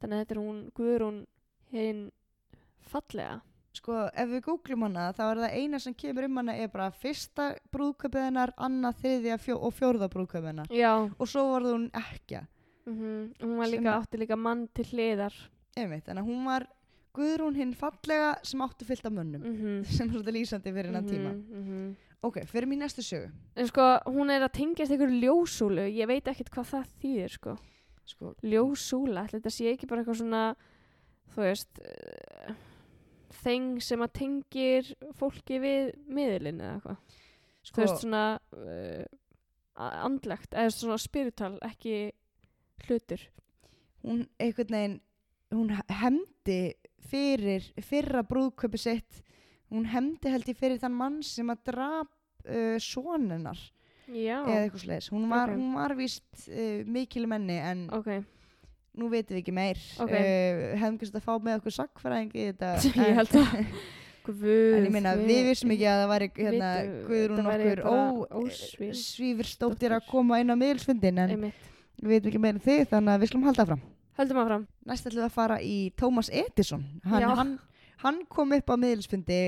[SPEAKER 3] Þannig að þetta er hún Guðrún hinn fallega.
[SPEAKER 4] Sko, ef við googlum hana, þá er það eina sem kemur um hana er bara fyrsta brúðkaupið hennar, annað, þriðja fjó og fjórða brúðkaupið hennar.
[SPEAKER 3] Já,
[SPEAKER 4] Og svo var hún ekki.
[SPEAKER 3] mm hún var
[SPEAKER 4] Sem
[SPEAKER 3] líka,
[SPEAKER 4] að-
[SPEAKER 3] átti líka mann til hliðar.
[SPEAKER 4] Einmitt, en hún var Guðrún hinn fallega sem áttu fyllt af mönnum.
[SPEAKER 3] Mm Mhm. -hmm.
[SPEAKER 4] Sem er svolítið lýsandi fyrir hennar tíma. Ok, fyrir mér næstu sögu.
[SPEAKER 3] En sko, hún er að tengjast ykkur ljósúlu, ég veit ekkert hvað það þýðir sko.
[SPEAKER 4] Sko,
[SPEAKER 3] ljósúla, ætli þetta sé ekki bara eitthvað svona þú veist eh, þeng sem að tengir fólki við miðlinn eða eitthvað, þú
[SPEAKER 4] sko
[SPEAKER 3] veist svona uh, andlegt eða svona spiritual, ekki hlutur.
[SPEAKER 4] hún einhvern veginn, hún hemdi fyrir, fyrra brúðkaupi sitt, hún hemdi held ég fyrir þann mann sem að drap uh, sonennar.
[SPEAKER 3] Já,
[SPEAKER 4] eða eitthvað sliðis. Hún var,
[SPEAKER 3] Ok.
[SPEAKER 4] hún var víst uh, mikil menni en
[SPEAKER 3] ok
[SPEAKER 4] nú veitum við ekki meir.
[SPEAKER 3] Ok.
[SPEAKER 4] Uh, hefum kannski að fá með okkur sakfræðing í þetta.
[SPEAKER 3] Ég held
[SPEAKER 4] það.
[SPEAKER 3] Guð,
[SPEAKER 4] En ég meina, við vissum ekki að það væri hérna,
[SPEAKER 3] Vitum-
[SPEAKER 4] Guðrún
[SPEAKER 3] þetta væri
[SPEAKER 4] okkur
[SPEAKER 3] bara ósvíf-
[SPEAKER 4] ósvífurstóttir að
[SPEAKER 3] dóttir.
[SPEAKER 4] koma inn á miðilsfundin en
[SPEAKER 3] einmitt.
[SPEAKER 4] við veitum ekki meir en þið þannig að við slum halda fram.
[SPEAKER 3] Höldum áfram
[SPEAKER 4] Næst ætlum við að fara í Tómas Edison. Hann,
[SPEAKER 3] Já.
[SPEAKER 4] hann, hann kom upp á miðilsfundi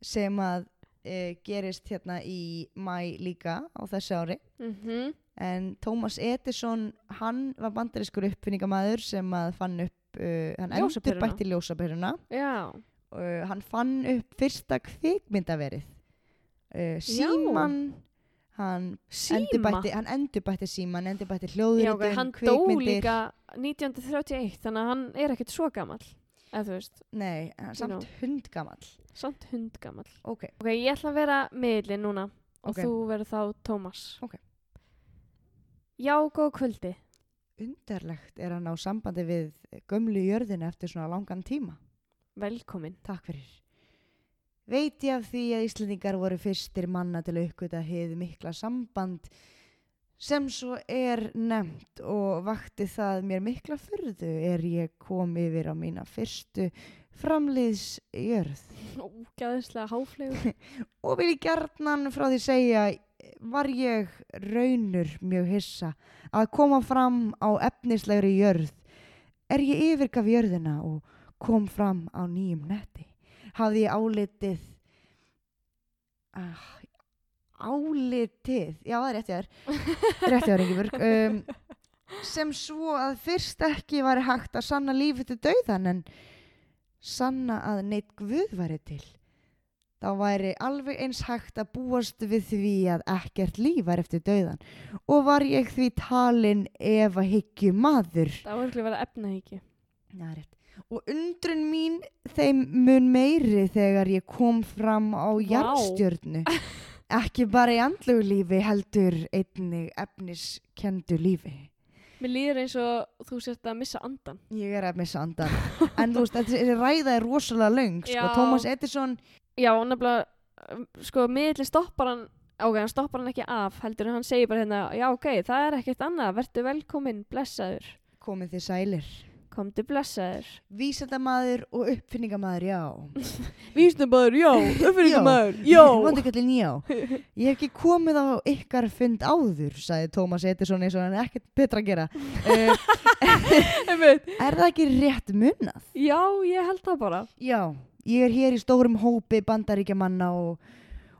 [SPEAKER 4] sem að uh, gerist hérna í mæ líka á þessu ári.
[SPEAKER 3] mm
[SPEAKER 4] en Thomas Edison hann var bandarískur uppfinningamæður sem að fann upp uh, hann endur
[SPEAKER 3] Ljósaperuna.
[SPEAKER 4] bætti ljósaperuna
[SPEAKER 3] Já,
[SPEAKER 4] uh, hann fann upp fyrsta kvikmyndaverið uh, síman hann endur
[SPEAKER 3] síma
[SPEAKER 4] bætti hann endur bætti síman, endur bætti
[SPEAKER 3] Já, ok,
[SPEAKER 4] hljóðritum
[SPEAKER 3] hann dó líka 1931 þannig að hann er ekkert svo gamall eða þú veist,
[SPEAKER 4] nei, hann samt
[SPEAKER 3] know.
[SPEAKER 4] hundgamall
[SPEAKER 3] samt hundgamall
[SPEAKER 4] ok,
[SPEAKER 3] Ok, ég ætla að vera miðlinn núna og
[SPEAKER 4] Ok.
[SPEAKER 3] þú verður þá Tómas.
[SPEAKER 4] Ok.
[SPEAKER 3] Já, góð kvöldi.
[SPEAKER 4] undarlegt er hann á sambandi við gömlu jörðinu eftir svona langan tíma
[SPEAKER 3] Velkomin.
[SPEAKER 4] Takk fyrir. veit ég af því að Íslendingar voru fyrstir manna til að uppgöta hið mikla samband sem svo er nefnt og vakti það mér mikla fyrðu er ég kom yfir á mína fyrstu framliðsjörð
[SPEAKER 3] Ógæðislega háflegur.
[SPEAKER 4] og vil ég gjarnan frá því segja var ég raunur mjög hissa að koma fram á efnislegri jörð er ég yfirgaf jörðina og kom fram á nýjum netti hafði ég álitið ah, álitið já það er rétt ég er rétt ég er Ingeborg um, sem svo að fyrst ekki var hægt að sanna lífið til dauðan en sanna að neitt guð væri til þá væri alveg eins hægt að búast við því að ekkert líf var eftir dauðan og var ég því talin ef að hyggju maður
[SPEAKER 3] Það var ekki að vera efnahyggju.
[SPEAKER 4] Já, rétt. og undrun mín þeim mun meiri þegar ég kom fram á jarðstjörnu ekki bara í andlegu lífi heldur einnig efniskendu lífi
[SPEAKER 3] Mér líður eins og þú sért að missa andan.
[SPEAKER 4] ég er að missa andan en þú veist, þetta- þessi ræða er rosalega löng sko.
[SPEAKER 3] Já.
[SPEAKER 4] Thomas Edison
[SPEAKER 3] Já, og nefnilega, um, sko, miðli stoppar hann, ok, hann stoppar hann ekki af, heldur en hann segir bara hérna, já, ok, það er ekkert annað, verðu velkominn, blessaður,
[SPEAKER 4] komið þið sælir
[SPEAKER 3] komdu blessaður.
[SPEAKER 4] vísendamaður og uppfinningamaður, já
[SPEAKER 3] Vísnabæður, já,
[SPEAKER 4] uppfinningamaður, Vondi kallinn já. Ég hef ekki komið á ykkar fund áður, sagði Tómas Edison eins og hann er ekkert betra að gera. Uh, er það ekki rétt munnað?
[SPEAKER 3] Já, ég held það bara.
[SPEAKER 4] Já, ég er hér í stórum hópi bandaríkjamanna og,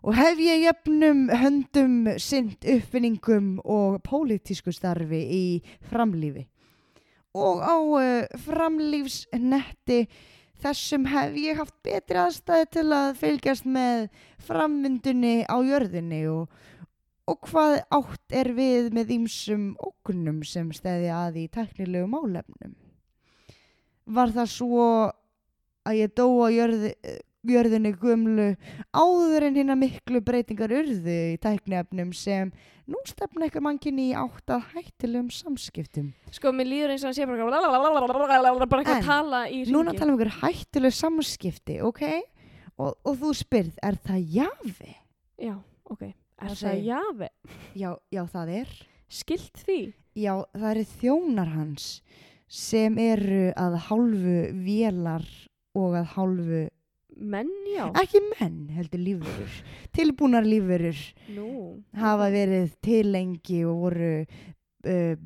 [SPEAKER 4] og hef ég jöfnum höndum sinnt uppfinningum og pólitísku starfi í framlífi. Og á uh, framlífsnetti þessum hef ég haft betri aðstæði til að fylgjast með framvindunni á jörðinni og, og hvað átt er við með ýmsum ógnum sem stæði að í teknilegu málefnum. Var það svo að ég dó á jörði, jörðinni gömlu áður en hérna miklu breytingar urðu í tæknefnum sem nú stefna eitthvað mannkynni í átt að hættilegum samskiptum.
[SPEAKER 3] Sko, mér líður eins og hann sé bara eitthvað- bara ekki
[SPEAKER 4] En,
[SPEAKER 3] að tala í ringi.
[SPEAKER 4] Núna tala um ykkur hættileg samskipti, ok? Og, og þú spyrð, er það jafi?
[SPEAKER 3] Já, ok. Er
[SPEAKER 4] Hann
[SPEAKER 3] það
[SPEAKER 4] segir-
[SPEAKER 3] jafi?
[SPEAKER 4] Já, já, það er.
[SPEAKER 3] Skilt því?
[SPEAKER 4] Já, það eru þjónar hans sem eru að hálfu vélar og að hálfu,
[SPEAKER 3] Menn, já.
[SPEAKER 4] ekki menn heldur lífverur, tilbúnar lífverur
[SPEAKER 3] Nú.
[SPEAKER 4] hafa verið til lengi og voru uh,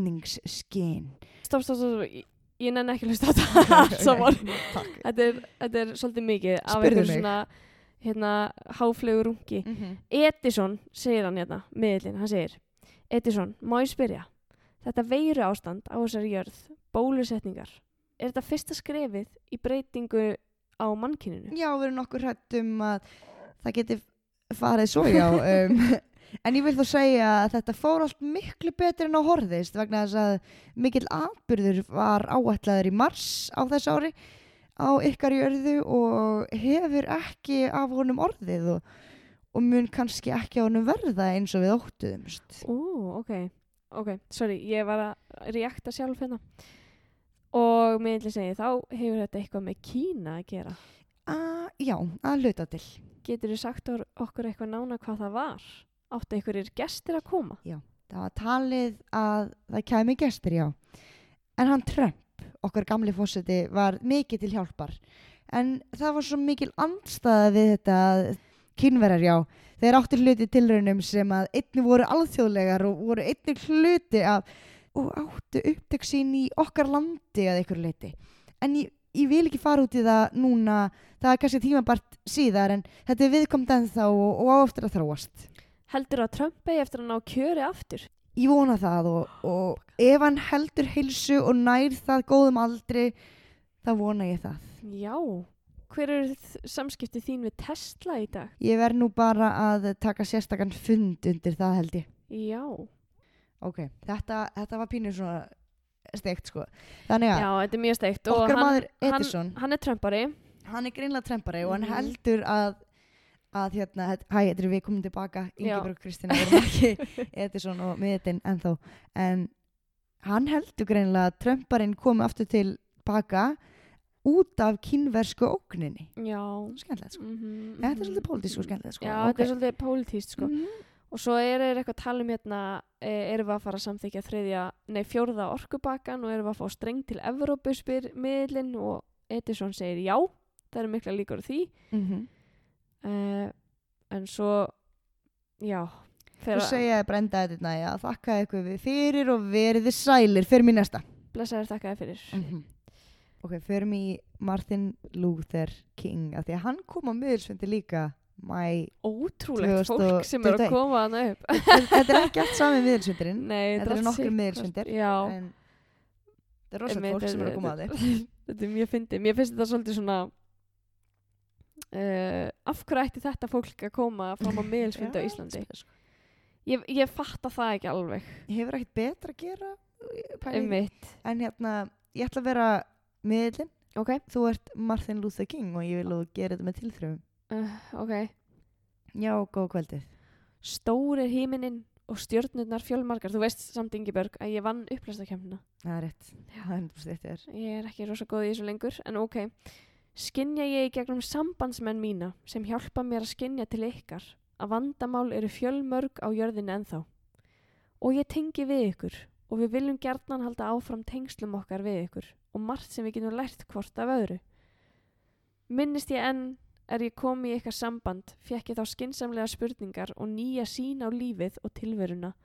[SPEAKER 4] blendningsskinn.
[SPEAKER 3] Stopp, stopp, stopp. stopp. Ég- Ég nenni ekki að hlusta á þetta allt saman.
[SPEAKER 4] Takk.
[SPEAKER 3] Þetta er, þetta er svolítið mikið af
[SPEAKER 4] Spurðu
[SPEAKER 3] einhver
[SPEAKER 4] mig.
[SPEAKER 3] svona hérna, háflögur ungi.
[SPEAKER 4] Mm -hmm.
[SPEAKER 3] Edison, segir hann hérna, miðlinn, hann segir Edison, má ég spyrja? Þetta veiru ástand á þessari jörð, bólusetningar, er þetta fyrsta skrefið í breytingu á mannkyninu?
[SPEAKER 4] Já, við erum nokkur hrætt um að það geti farið svo já. Um, en ég vil þó segja að þetta fór allt miklu betur en á horðist vegna þess að mikill atbyrður var áætlaður í mars á þess ári á ykkar jörðu og hefur ekki af honum orðið og, og mun kannski ekki á honum verða eins og við óttuðumst.
[SPEAKER 3] Ó, ok, ok, sorry, ég var að reakta sjálf hérna. Og miðlinn segir, þá hefur þetta eitthvað með Kína að gera.
[SPEAKER 4] Ah, já, að hluta til.
[SPEAKER 3] Getur þú sagt or- okkur eitthvað nána hvað það var? Áttu einhverjir gestir að koma?
[SPEAKER 4] Það var talið að það kæmi gestir, já. En hann Trump, okkar gamli fósiti, var mikið til hjálpar. En það var svo mikil andstæða við þetta að kynverjar, já. Þeir áttu hluti í tilraunum sem að einni voru alþjóðlegar og voru einni hluti af og áttu upptök sín í okkar landi að einhverju leiti. En ég, ég vil ekki fara út í það núna, það er kannski tímabart síðar en þetta er viðkomt ennþá og, og á eftir að þróast.
[SPEAKER 3] Heldur að Trump eigi eftir að ná kjöri aftur?
[SPEAKER 4] Ég vona það og, og ef hann heldur heilsu og nær það góðum aldri, þá vona ég það.
[SPEAKER 3] Já. Hver eru þ- samskipti þín við Tesla í dag?
[SPEAKER 4] Ég verð nú bara að taka sérstakann fund undir það held ég.
[SPEAKER 3] Já.
[SPEAKER 4] Ok, þetta, þetta var pínur svona steikt sko. Þannig
[SPEAKER 3] Já,
[SPEAKER 4] að
[SPEAKER 3] þetta er mjög steikt. og
[SPEAKER 4] okkar
[SPEAKER 3] hann-
[SPEAKER 4] maður
[SPEAKER 3] hann-
[SPEAKER 4] Edison,
[SPEAKER 3] Hann er Trumpari.
[SPEAKER 4] hann, er greinlega trempari og hann
[SPEAKER 3] Mhm.
[SPEAKER 4] heldur að að hérna, hæ, þetta er við komum tilbaka
[SPEAKER 3] Já.
[SPEAKER 4] Ingeborg og Kristina vorum ekki Edison og miðetinn ennþá en hann heldur greinlega að trömparinn komi aftur til baka út af kínversku ógninni
[SPEAKER 3] já
[SPEAKER 4] skemmtilegt sko,
[SPEAKER 3] mm -hmm.
[SPEAKER 4] þetta er svolítið pólitísk og skemmtilegt sko
[SPEAKER 3] já, þetta er svolítið pólitískt sko
[SPEAKER 4] Mhm.
[SPEAKER 3] og svo er þeir eitthvað að tala um hérna eh, erum við að fara að samþykja þriðja nei, fjórða orkubakkan og erum við að fá streng til Evrópu spyr miðlinn og Edison segir já það eru mikla líkur á því
[SPEAKER 4] Mhm.
[SPEAKER 3] uh, en svo já
[SPEAKER 4] Þú
[SPEAKER 3] þegar
[SPEAKER 4] segja að brenda þetta að þakka ykkur við fyrir og verið þið sælir fyrir mér næsta.
[SPEAKER 3] blessaður þakkaði fyrir
[SPEAKER 4] Ok, fyrir mér Martin Luther King af því að hann kom á miðilsfundi líka mæ,
[SPEAKER 3] ótrúlegt
[SPEAKER 4] 2000 og-
[SPEAKER 3] fólk sem er að
[SPEAKER 4] 21.
[SPEAKER 3] koma hana upp
[SPEAKER 4] þetta er ekki allt saman miðilsfundurinn
[SPEAKER 3] Nei,
[SPEAKER 4] Þetta eru
[SPEAKER 3] allt
[SPEAKER 4] nokkrir
[SPEAKER 3] sitt
[SPEAKER 4] miðilsfundir.
[SPEAKER 3] hvort- Já,
[SPEAKER 4] en þetta er rosalega
[SPEAKER 3] Einmitt,
[SPEAKER 4] fólk sem er að koma að
[SPEAKER 3] þetta-
[SPEAKER 4] þig
[SPEAKER 3] þetta er mjög fyndið Mér finnst þetta svolítið svona uh, af hverju ætti þetta fólk að koma fram á miðelsfundi á
[SPEAKER 4] Já,
[SPEAKER 3] Íslandi Ég, ég fatta það ekki alveg um
[SPEAKER 4] Hefur ekkert betra að gera pæling.
[SPEAKER 3] Einmitt,
[SPEAKER 4] en hérna, ég ætla að vera miðilinn,
[SPEAKER 3] ok,
[SPEAKER 4] þú ert Martin Luther King og ég vil að þú gera þetta með tilþrifum
[SPEAKER 3] uh, ok
[SPEAKER 4] Já, góð kvöldið
[SPEAKER 3] Stór er híminin og stjörnurnar fjölmargar Þú veist samt Ingibjörg að ég vann upplæstakemna
[SPEAKER 4] Það er rétt, það er bara þetta er
[SPEAKER 3] Ég er ekki rosa góð í þessu lengur, en ok. Skinja ég í gegnum sambandsmenn mína sem hjálpa mér að skinja til ykkar að vandamál eru fjölmörg á jörðinu ennþá. Og ég tengi við ykkur og við viljum gjarnan halda áfram tengslum okkar við ykkur og margt sem við getum lært hvort af öðru. Minnist ég enn er ég kom í ykkar samband, fekk ég þá skinsamlega spurningar og nýja sín á lífið og tilveruna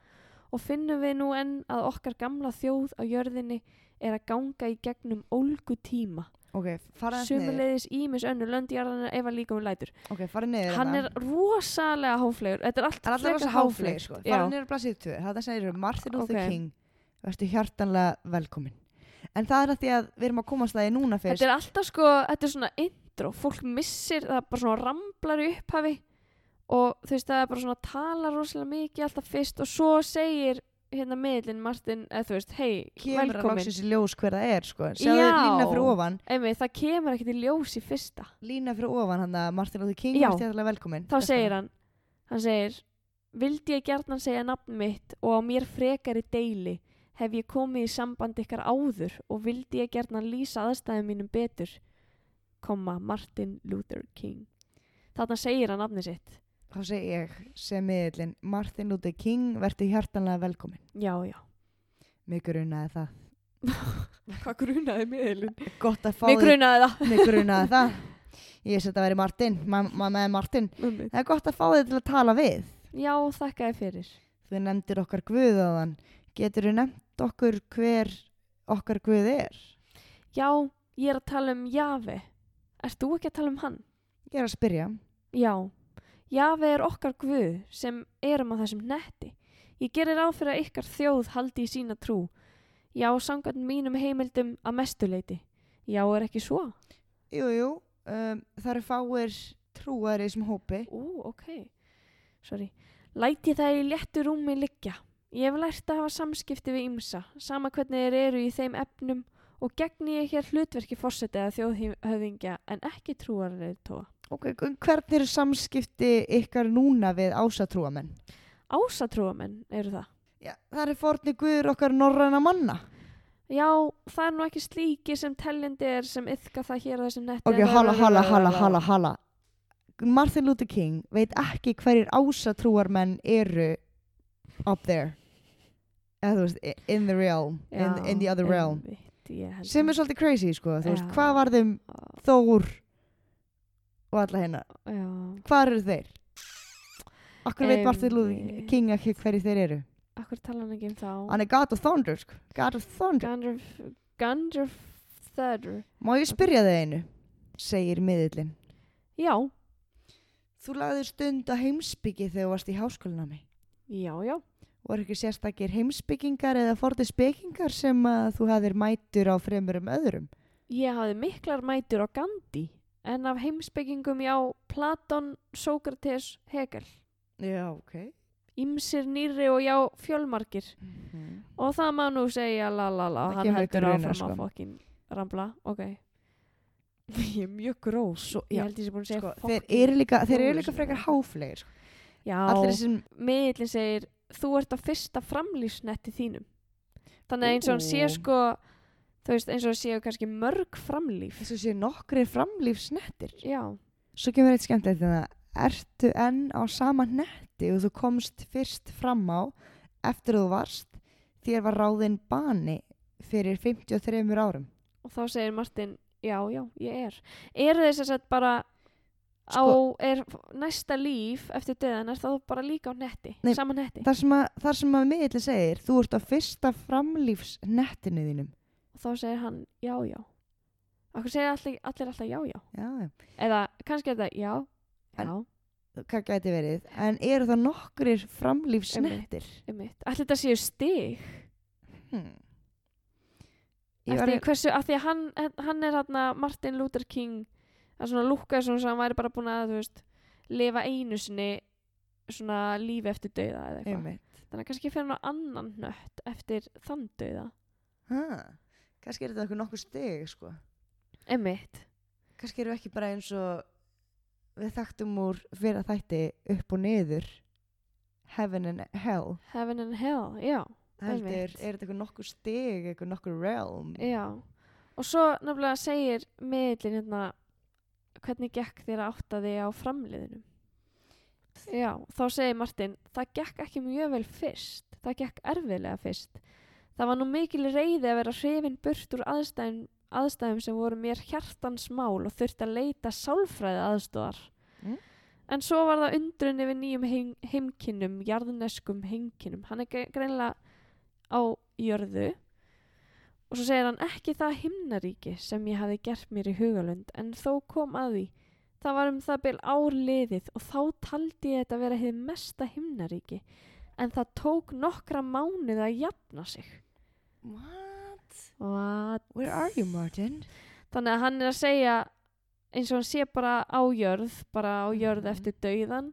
[SPEAKER 3] og finnum við nú enn að okkar gamla þjóð á jörðinni er að ganga í gegnum ólgu tíma
[SPEAKER 4] Ok, fara þess niður
[SPEAKER 3] sumulegðis ímis önnu löndjarðanar ef að líka um lætur
[SPEAKER 4] Ok, fara niður
[SPEAKER 3] hann
[SPEAKER 4] hérna.
[SPEAKER 3] er rosalega háflegur þetta er allt
[SPEAKER 4] Það er alltaf
[SPEAKER 3] frekar
[SPEAKER 4] rosa háflegir sko.
[SPEAKER 3] já,
[SPEAKER 4] Fara niður að blaðsíðu 2. Það segir Martin Luther
[SPEAKER 3] Ok.
[SPEAKER 4] King. Vertu hjartanlega velkomin. En það er að því að við erum að komast að því núna fyrst.
[SPEAKER 3] þetta er alltaf sko þetta er svona intro, fólk missir það er bara svona ramblar í upphafi og þú veist það er bara svona tala rosalega mikið alltaf fyrst og svo segir hérna miðlinn Martin eða þú veist, hei,
[SPEAKER 4] Kemur að
[SPEAKER 3] velkomin
[SPEAKER 4] loksins í ljós hver það er sko. Sjáðu
[SPEAKER 3] Já.
[SPEAKER 4] lína fyrir ofan.
[SPEAKER 3] einmitt, það kemur ekkert í ljós í fyrsta
[SPEAKER 4] Lína fyrir ofan hann að Martin Luther King
[SPEAKER 3] Já.
[SPEAKER 4] vertu hjartanlega velkomin.
[SPEAKER 3] Þá segir hann, hann segir, vildi ég gjarnan segja nafn mitt og á mér frekari deili hef ég komið í samband ykkar áður og vildi ég gjarnan lýsa aðstæðum mínum betur, komma Martin Luther King. Þarna segir hann nafni sitt.
[SPEAKER 4] Þá segir ég sem miðlinn Martin Luther King vertu hjartanlega velkomin.
[SPEAKER 3] Já, já.
[SPEAKER 4] Mig grunaði það.
[SPEAKER 3] Hvað grunaði miðlun?
[SPEAKER 4] Gott að fá
[SPEAKER 3] Mér
[SPEAKER 4] þig.
[SPEAKER 3] grunaði það.
[SPEAKER 4] Mig grunaði það. Ég seti að veri Martin. Mamma með Martin.
[SPEAKER 3] Mömmu.
[SPEAKER 4] Það er gott að fá þig til að tala við.
[SPEAKER 3] Já, þakkaði fyrir.
[SPEAKER 4] Þú nefndir okkar guðaðan. Getur þú nefnt okkur hver okkar guð er?
[SPEAKER 3] Já, ég er að tala um Jafi. Ert þú ekki að tala um hann?
[SPEAKER 4] Ég er að spyrja.
[SPEAKER 3] Já, Jafi er okkar guð sem erum á þessum netti. Ég gerir á fyrir að ykkar þjóð haldi í sína trú. Já, samkvæmt mínum heimildum að mestuleiti. Já, er ekki svo?
[SPEAKER 4] Jú, jú, um, það eru fáir trúar í þessum hópi.
[SPEAKER 3] Ú, ok. Sorry. Læti það í léttu rúmi liggja. Ég hef lært að hafa samskipti við ymsa, sama hvernig þeir eru í þeim efnum og gegni ég hér hlutverki fórsetið að þjóðhöfðingja en ekki trúarlega tóa.
[SPEAKER 4] Ok, um hvernig eru samskipti ykkar núna við ásatrúamenn?
[SPEAKER 3] Ásatrúamenn eru það.
[SPEAKER 4] Já, það eru forni guður okkar norræna manna.
[SPEAKER 3] Já, það er nú ekki slíki sem teljandi er sem yfka það hér á þessum netti.
[SPEAKER 4] Ok, hala, hala, hala, hala, hala. Martin Luther King veit ekki hverjir ásatrúarmenn eru up there. Eða þú veist, i- in the realm, in, in the other realm. sem er svolítið crazy sko, þú veist,
[SPEAKER 3] Já.
[SPEAKER 4] hvað var þeim Þór og alla hérna,
[SPEAKER 3] Já,
[SPEAKER 4] hvað eru þeir? Akkur veit Martin Luther
[SPEAKER 3] Einmitt.
[SPEAKER 4] King ekki hverju þeir eru
[SPEAKER 3] akkur tala hann ekki um þá?
[SPEAKER 4] hann er God of Thunder, sko, God of Thunder
[SPEAKER 3] Gandalf, Gandalf Thunder.
[SPEAKER 4] má ég spyrja þau einu segir miðillin
[SPEAKER 3] Já,
[SPEAKER 4] þú lagðir stund á heimsbyggi þegar þú varst í háskólinami
[SPEAKER 3] já, já.
[SPEAKER 4] voru ekki sérstakir heimsbyggingar eða forðið spekingar sem að þú hafðir mætur á fremurum öðrum
[SPEAKER 3] Ég hafði miklar mætur á Gandhi en af heimsbyggingum já Platon, Sókrates, Hegel.
[SPEAKER 4] já, ok
[SPEAKER 3] Ímsir nýri og já fjölmargir. Og það má nú segja la la la,
[SPEAKER 4] Það
[SPEAKER 3] hann
[SPEAKER 4] kemur
[SPEAKER 3] heldur
[SPEAKER 4] ykkur
[SPEAKER 3] áfram
[SPEAKER 4] raunar, sko.
[SPEAKER 3] að fokkin rambla, ok. Ég er mjög grós,
[SPEAKER 4] Svo,
[SPEAKER 3] ég
[SPEAKER 4] já,
[SPEAKER 3] held ég sem búin að segja
[SPEAKER 4] sko,
[SPEAKER 3] fokkin.
[SPEAKER 4] þeir eru líka, þeir eru líka
[SPEAKER 3] Lúsin.
[SPEAKER 4] frekar háflegir sko.
[SPEAKER 3] Já,
[SPEAKER 4] allir þessum
[SPEAKER 3] miðlinn segir, þú ert á fyrsta framlýsnetti þínum. Þannig að eins og hann sé
[SPEAKER 4] Ú.
[SPEAKER 3] sko, þú veist, eins og það séu kannski mörg framlíf
[SPEAKER 4] Þess að sé nokkri framlífsnettir.
[SPEAKER 3] já,
[SPEAKER 4] Svo kemur eitt skemmt eftir það. Ertu enn á sama netti og þú komst fyrst fram á eftir að þú varst þér var ráðinn bani fyrir 53 árum.
[SPEAKER 3] og þá segir Martin já, já, ég er er þess að sett bara á,
[SPEAKER 4] Sko-
[SPEAKER 3] er næsta líf eftir döðan, er það bara líka á netti
[SPEAKER 4] Nei,
[SPEAKER 3] sama netti,
[SPEAKER 4] Þar sem að, þar sem að miðli segir, þú ert á fyrsta framlífsnettinu þínum.
[SPEAKER 3] og þá segir hann já, já okkur segir allir, allir alltaf já, já
[SPEAKER 4] Já, já.
[SPEAKER 3] eða kannski er það já, já,
[SPEAKER 4] hvað gæti verið en eru það nokkrir framlífsnettir
[SPEAKER 3] einmitt allir þetta séu stig
[SPEAKER 4] hmm. ég var
[SPEAKER 3] eftir hversu, af því að hann, hann er hann Martin Luther King að svona lúkka svona sem hann væri bara búin að þú veist, lifa einu sinni svona lífi eftir dauða eða eitthvað
[SPEAKER 4] einmitt
[SPEAKER 3] þannig að kannski fyrir hann á annan nött eftir þann dauða
[SPEAKER 4] ha, kannski eru þetta eitthvað nokkur stig sko.
[SPEAKER 3] emitt,
[SPEAKER 4] kannski eru ekki bara eins og við þekktum úr fyrir að þætti upp og niður heaven and hell
[SPEAKER 3] heaven and hell já,
[SPEAKER 4] heldur, er
[SPEAKER 3] Einmitt.
[SPEAKER 4] þetta eitthvað nokkur stig eitthvað nokkur realm
[SPEAKER 3] já og svo nefnilega segir miðlinn hérna hvernig gekk þér að átta þig á framliðinum já, þá segir Martin það gekk ekki mjög vel fyrst það gekk erfiðlega fyrst það var nú mikil reyði að vera hrifin burt úr aðstæðum, aðstæðum sem voru mér hjartans mál og þurfti að leita sálfræði aðstóðar
[SPEAKER 4] Mm.
[SPEAKER 3] en svo var það undrun yfir nýjum heim, heimkinnum jarðneskum heimkinnum hann er gre- greinilega á jörðu og svo segir hann ekki það himnaríki sem ég hafi gert mér í hugalund en þó kom að því það var um það byl ár liðið og þá taldi ég þetta vera hið mesta himnaríki en það tók nokkra mánuð að jafna sig
[SPEAKER 4] what?
[SPEAKER 3] What?
[SPEAKER 4] where are you Martin?
[SPEAKER 3] þannig að hann er að segja eins og hann sé bara á jörð bara á jörð
[SPEAKER 4] Mhm.
[SPEAKER 3] eftir dauðan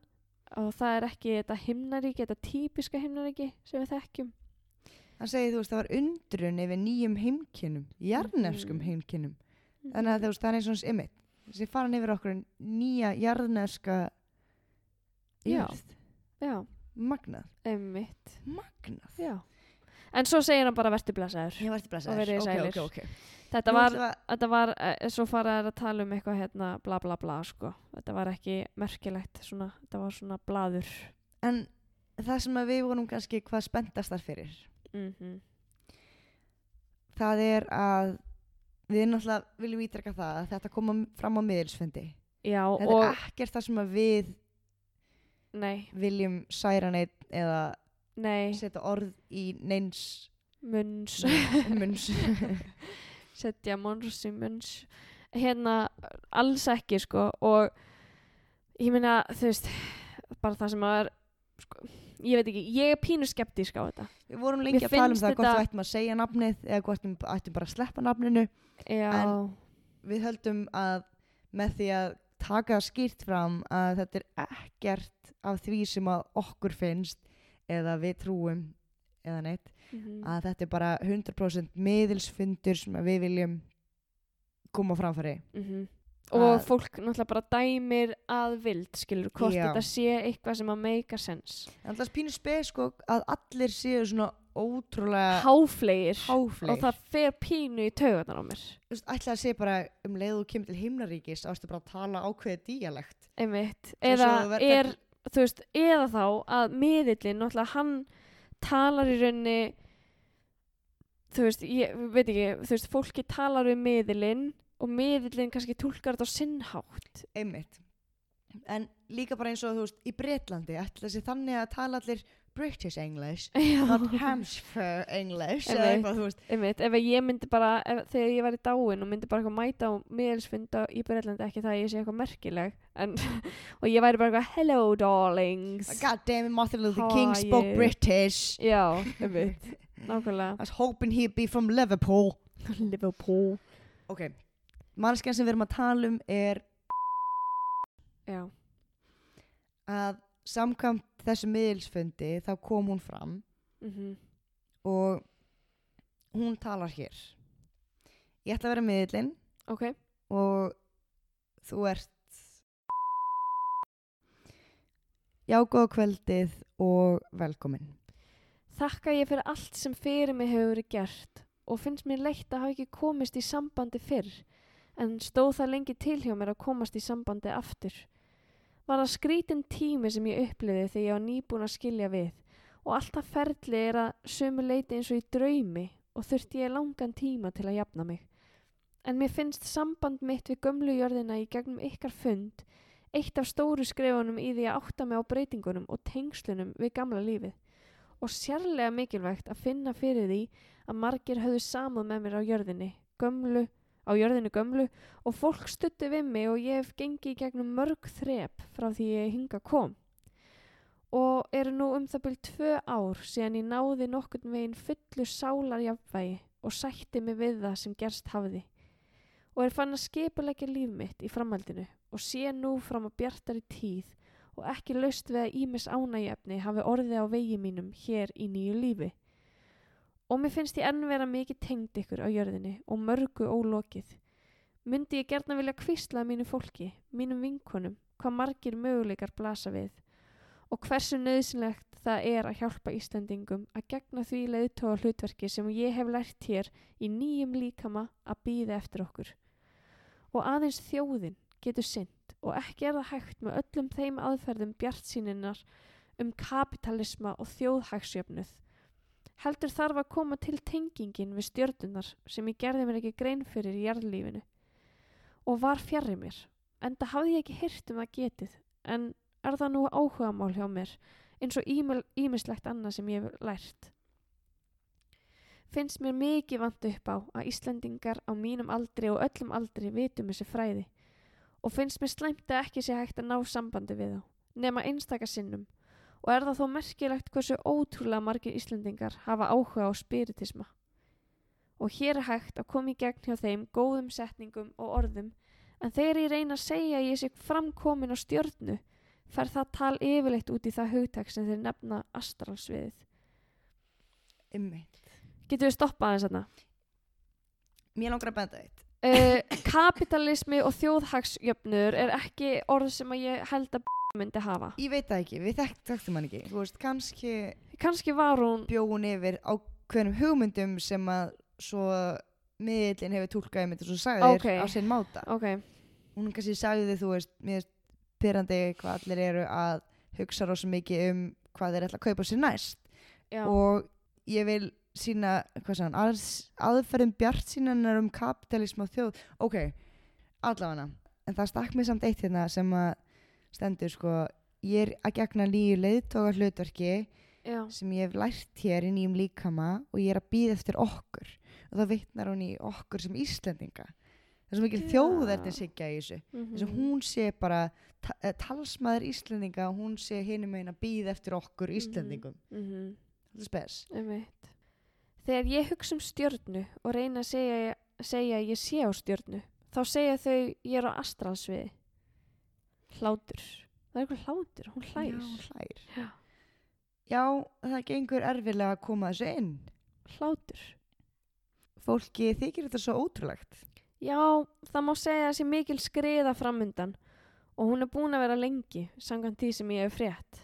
[SPEAKER 3] og það er ekki þetta himnaríki þetta típiska himnaríki sem við þekkjum
[SPEAKER 4] hann segir þú veist það var undrun yfir nýjum heimkinnum jarnefskum
[SPEAKER 3] Mhm.
[SPEAKER 4] heimkinnum þannig að þú veist, það er eins og hans ymmit sem farin yfir okkur nýja jarðneska
[SPEAKER 3] Já.
[SPEAKER 4] jörð.
[SPEAKER 3] já,
[SPEAKER 4] magnað,
[SPEAKER 3] einmitt
[SPEAKER 4] magnað
[SPEAKER 3] já. en svo segir hann bara vertu blæsaður
[SPEAKER 4] ég var til
[SPEAKER 3] Og verið
[SPEAKER 4] ok,
[SPEAKER 3] sælir.
[SPEAKER 4] ok, ok
[SPEAKER 3] þetta
[SPEAKER 4] Nú
[SPEAKER 3] var,
[SPEAKER 4] ætlum við að-
[SPEAKER 3] þetta var eh, svo fara þær að tala um eitthvað hérna bla bla bla sko þetta var ekki merkilegt svona, þetta var svona blaður
[SPEAKER 4] en það sem að við vorum kannski hvað spenntastar fyrir
[SPEAKER 3] mm
[SPEAKER 4] Mhm. það er að við náttúrulega viljum ítreka það að þetta koma fram á miðilsfundi
[SPEAKER 3] já
[SPEAKER 4] þetta
[SPEAKER 3] og
[SPEAKER 4] er ekkert það sem að við
[SPEAKER 3] nei,
[SPEAKER 4] viljum særa neitt eða
[SPEAKER 3] nei,
[SPEAKER 4] setja orð í neins
[SPEAKER 3] munns
[SPEAKER 4] munns
[SPEAKER 3] setja mons í munns hérna alls ekki sko og ég meina þú veist bara það sem að er sko, ég veit ekki, ég er pínu skeptísk á þetta
[SPEAKER 4] Við vorum
[SPEAKER 3] Mér
[SPEAKER 4] lengi að tala um
[SPEAKER 3] finnst
[SPEAKER 4] það hvort
[SPEAKER 3] þetta-
[SPEAKER 4] við ættum að segja nafnið eða hvort við ættum bara að sleppa nafninu.
[SPEAKER 3] já,
[SPEAKER 4] En- Við höldum að með því að taka það skýrt fram að þetta er ekkert af því sem að okkur finnst eða við trúum eða neitt.
[SPEAKER 3] mhm.
[SPEAKER 4] Að þetta er bara 100% miðilsfundur sem að við viljum koma á framfæri.
[SPEAKER 3] -hmm. og
[SPEAKER 4] Að-
[SPEAKER 3] fólk náttúrulega bara dæmir að vild skilur hvort
[SPEAKER 4] Já.
[SPEAKER 3] þetta sé eitthvað sem að make a sense
[SPEAKER 4] En alltaf spínu spes sko að allir séu svona ótrúlega
[SPEAKER 3] háflegir
[SPEAKER 4] háfleir.
[SPEAKER 3] og það fer pínu í taugarnar á mér
[SPEAKER 4] Þú veist, ætlaði að segja bara um leið og þú kemur til himnaríkis þá ertu bara að tala ákveðið díalegt.
[SPEAKER 3] einmitt
[SPEAKER 4] Svo-
[SPEAKER 3] eða
[SPEAKER 4] svo ver-
[SPEAKER 3] er þú veist eða þá að miðillin náttúrulega hann talar í rauninni þú veist ég veit ekki þú veist fólki talar við miðillin og miðillin kannski túlkar þetta á sinnhátt
[SPEAKER 4] einmitt en líka bara eins og þú veist í Breitlandi ætla þessi þannig að tala allir British English not Hampshire English eða
[SPEAKER 3] Einmitt.
[SPEAKER 4] eitthvað þú veist
[SPEAKER 3] Einmitt, ef ég myndi bara, ef, þegar ég var í dáin og myndi bara eitthvað mæta á miðelsfunda í Breitlandi ekki það að ég sé eitthvað merkileg en, og ég væri bara eitthvað hello darlings
[SPEAKER 4] God damn it Martin Luther
[SPEAKER 3] How
[SPEAKER 4] King
[SPEAKER 3] are
[SPEAKER 4] spoke
[SPEAKER 3] you?
[SPEAKER 4] British
[SPEAKER 3] Já, einmitt, nákvæmlega
[SPEAKER 4] I was hoping he'd be from Liverpool
[SPEAKER 3] Liverpool
[SPEAKER 4] ok mannskjan sem við erum að tala um er
[SPEAKER 3] Já,
[SPEAKER 4] að samkvæmt þessu miðilsfundi þá kom hún fram
[SPEAKER 3] mm
[SPEAKER 4] og hún talar hér ég ætla að vera miðilinn
[SPEAKER 3] ok
[SPEAKER 4] og þú ert Já, góða kvöldið og velkomin.
[SPEAKER 3] Þakka ég fyrir allt sem fyrir mig hefur verið gert og finnst mér leitt að hafa ekki komist í sambandi fyrr en stóð það lengi til hjá mér að komast í sambandi aftur. Var það skrítin tími sem ég uppliði þegar ég var nýbúin að skilja við og alltaf ferli er að sömu leiti eins og í draumi og þurfti ég langan tíma til að jafna mig. En mér finnst samband mitt við gömlu jörðina í gegnum ykkar fund eitt af stóru skrefunum í því að átta mig á breytingunum og tengslunum við gamla lífið og sérlega mikilvægt að finna fyrir því að margir höfðu samúð með mér á jörðinni, gömlu, á jörðinni gömlu og fólk stuttu við mig og ég hef gengið í gegnum mörg þrep frá því ég hinga kom. Og eru nú um það byrjum tvö ár síðan ég náði nokkurn veginn fullu sálarjafnvægi og sætti mig við það sem gerst hafði. Og er fann að skipulegja líf mitt í framhaldinu og sé nú fram að bjartari tíð og ekki laust við að Ímis ánægjefni hafi orðið á vegi mínum hér í nýju lífi. Og mér finnst ég enn vera mikið tengd ykkur á jörðinni og mörgu ólokið. Myndi ég gerna vilja kvísla mínu fólki, mínum vinkonum, hvað margir möguleikar blasa við og hversu nöðsynlegt það er að hjálpa Íslandingum að gegna því leiðtóa hlutverki sem ég hef lært hér í nýjum líkama að býða eftir okkur. Og aðeins þjóðin getur synd og ekki er það hægt með öllum þeim aðferðum bjartsýninnar um kapitalisma og þjóðhagsjöfnuð. Heldur þarf að koma til tengingin við stjörnunar sem ég gerði mér ekki grein fyrir í jarðlífinu og var fjarrir mér, en það hafði ég ekki hirt um að getið, en er það nú áhugamál hjá mér eins og ímel- ýmislegt annað sem ég hef lært. Finnst mér mikið vant upp á að Íslendingar á mínum aldri og öllum aldri vitum þessi fræði og finnst mér slæmt að ekki sé hægt að ná sambandi við þá nema einstaka sinnum og er það þó merkilegt hversu ótrúlega margir Íslendingar hafa áhuga á spiritisma. Og hér er hægt að koma í gegn hjá þeim góðum setningum og orðum en þegar ég reyna að segja að ég sé framkomin á stjörnu fer það tal yfirleitt út í það hugtak sem þeir nefna astralsviðið.
[SPEAKER 4] Einmitt.
[SPEAKER 3] Getum við stoppað þess aðna?
[SPEAKER 4] Mér langar að benda á eitt.
[SPEAKER 3] Uh, kapitalismi og þjóðhagsjöfnur er ekki orð sem að ég held að myndi hafa.
[SPEAKER 4] Ég veit það ekki, við þekkt, þekktum hann ekki. Þú veist, kannski
[SPEAKER 3] Kanski var hún
[SPEAKER 4] bjóðun yfir á hverjum hugmyndum sem að svo miðillin hefur túlkaði með þessu sagðir
[SPEAKER 3] Ókei.
[SPEAKER 4] á sinn máta.
[SPEAKER 3] Ok,
[SPEAKER 4] Hún kannski sagði þið, þú veist, mér er pyrrandi hvað allir eru að hugsa rosa mikið um hvað þeir ætla að kaupa sér næst.
[SPEAKER 3] já,
[SPEAKER 4] og ég vil sína hvað sann, að, aðferðum bjart sínanar um kapitalism og þjóð ok, allavega en það stakk mig samt eitt hérna sem að stendur sko, ég er að gegna nýju leiðtógar hlutverki
[SPEAKER 3] já,
[SPEAKER 4] sem ég hef lært hér í nýjum líkama og ég er að býða eftir okkur og það vitnar hún í okkur sem Íslendinga það er svo mikil
[SPEAKER 3] Já.
[SPEAKER 4] þjóð þetta sigja í þessu
[SPEAKER 3] mm
[SPEAKER 4] þess að hún sé bara ta eh, talsmaður Íslendinga og hún sé hinum einn að býða eftir okkur Íslendingum
[SPEAKER 3] mm
[SPEAKER 4] þetta er spes
[SPEAKER 3] Einmitt. Þegar ég hugsa um stjörnu og reyna að segja, segja að ég sé á stjörnu, þá segja þau ég er á astralsviði. Hlátur. Það er eitthvað hlátur, hún
[SPEAKER 4] Já,
[SPEAKER 3] hlægir.
[SPEAKER 4] hún hlær.
[SPEAKER 3] Já.
[SPEAKER 4] Já, það gengur erfilega að koma þessu inn.
[SPEAKER 3] Hlátur.
[SPEAKER 4] Fólki þykir þetta svo ótrúlegt.
[SPEAKER 3] Já, það má segja að sé mikil skriða framundan og hún er búin að vera lengi, sangan því sem ég hef frétt.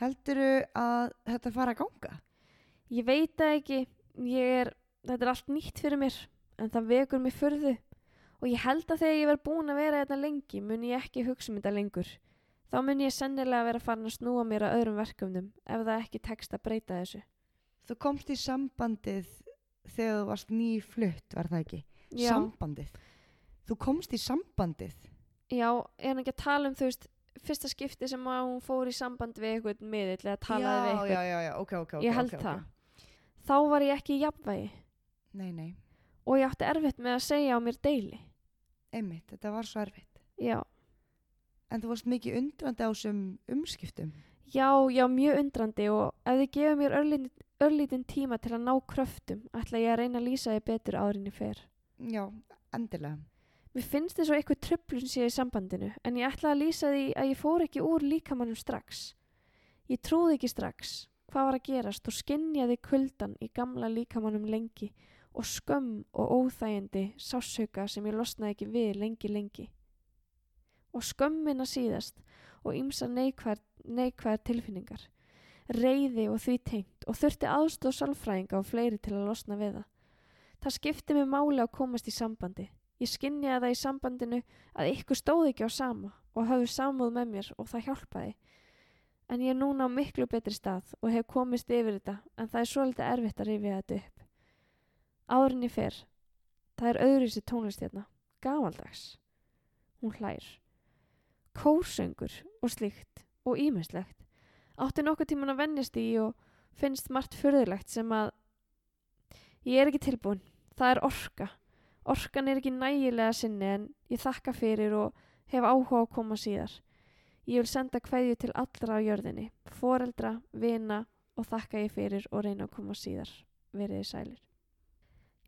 [SPEAKER 4] Heldurðu að þetta fara að ganga?
[SPEAKER 3] Ég veit það ekki, ég er, þetta er allt nýtt fyrir mér, en það vekur mér furðu. Og ég held að þegar ég verð búin að vera þetta lengi, mun ég ekki hugsa um þetta lengur. Þá mun ég sennilega vera farin að snúa mér að öðrum verkefnum, ef það ekki tekst að breyta þessu.
[SPEAKER 4] Þú komst í sambandið þegar þú varst nýflutt, var það ekki?
[SPEAKER 3] Já,
[SPEAKER 4] Sambandið. Þú komst í sambandið.
[SPEAKER 3] já, er hann ekki að tala um, þú veist, fyrsta skipti sem að hún fór í samband við eitthvað miðill eða talaði við
[SPEAKER 4] já,
[SPEAKER 3] eitthvað.
[SPEAKER 4] já, já, ok, ok, ok.
[SPEAKER 3] Ég held
[SPEAKER 4] ok, ok.
[SPEAKER 3] það. Þá var ég ekki í jafnvægi
[SPEAKER 4] Nei, nei,
[SPEAKER 3] og ég átti erfitt með að segja á mér deili.
[SPEAKER 4] einmitt, þetta var svo erfitt.
[SPEAKER 3] Já,
[SPEAKER 4] En þú varst mikið undrandi á þessum umskiptum.
[SPEAKER 3] Já, já, mjög undrandi og ef þið gefur mér örlítinn, örlítinn tíma til að ná kröftum ætla ég að reyna að lýsa þið betur árinni fer.
[SPEAKER 4] Já, endilega.
[SPEAKER 3] Mér finnst þið svo eitthvað tröflun sé í sambandinu en ég ætla að lýsa því að ég fór ekki úr líkamannum strax. Ég trúði ekki strax hvað var að gerast og skinnjaði kuldan í gamla líkamannum lengi og skömm og óþægindi sásauka sem ég losnaði ekki við lengi lengi. Og skömmina síðast og ymsa neikvæðar, neikvæðar tilfinningar. Reyði og því tengt og þurfti aðstóð sálfræðinga og fleiri til að losna við það. Það skipti mig máli að komast í sambandi. Ég skinjaði það í sambandinu að ykkur stóð ekki á sama og hafði samúð með mér og það hjálpaði. En ég er núna á miklu betri stað og hef komist yfir þetta en það er svolítið erfitt að rifja þetta upp. Árin ég fer. Það er öðruvísi tónlist hérna. Gamaldags. Hún hlær. Kórsöngur og slíkt og ímislegt. Átti nokkuð tíman að vennjast í og finnst margt fyrðulegt sem að Ég er ekki tilbúin. Það er orka. Orkan er ekki nægilega sinni en ég þakka fyrir og hef áhuga á að koma síðar. Ég vil senda kveðju til allra á jörðinni, foreldra, vina og þakka ég fyrir og reyna að koma síðar. Verið þið sælir.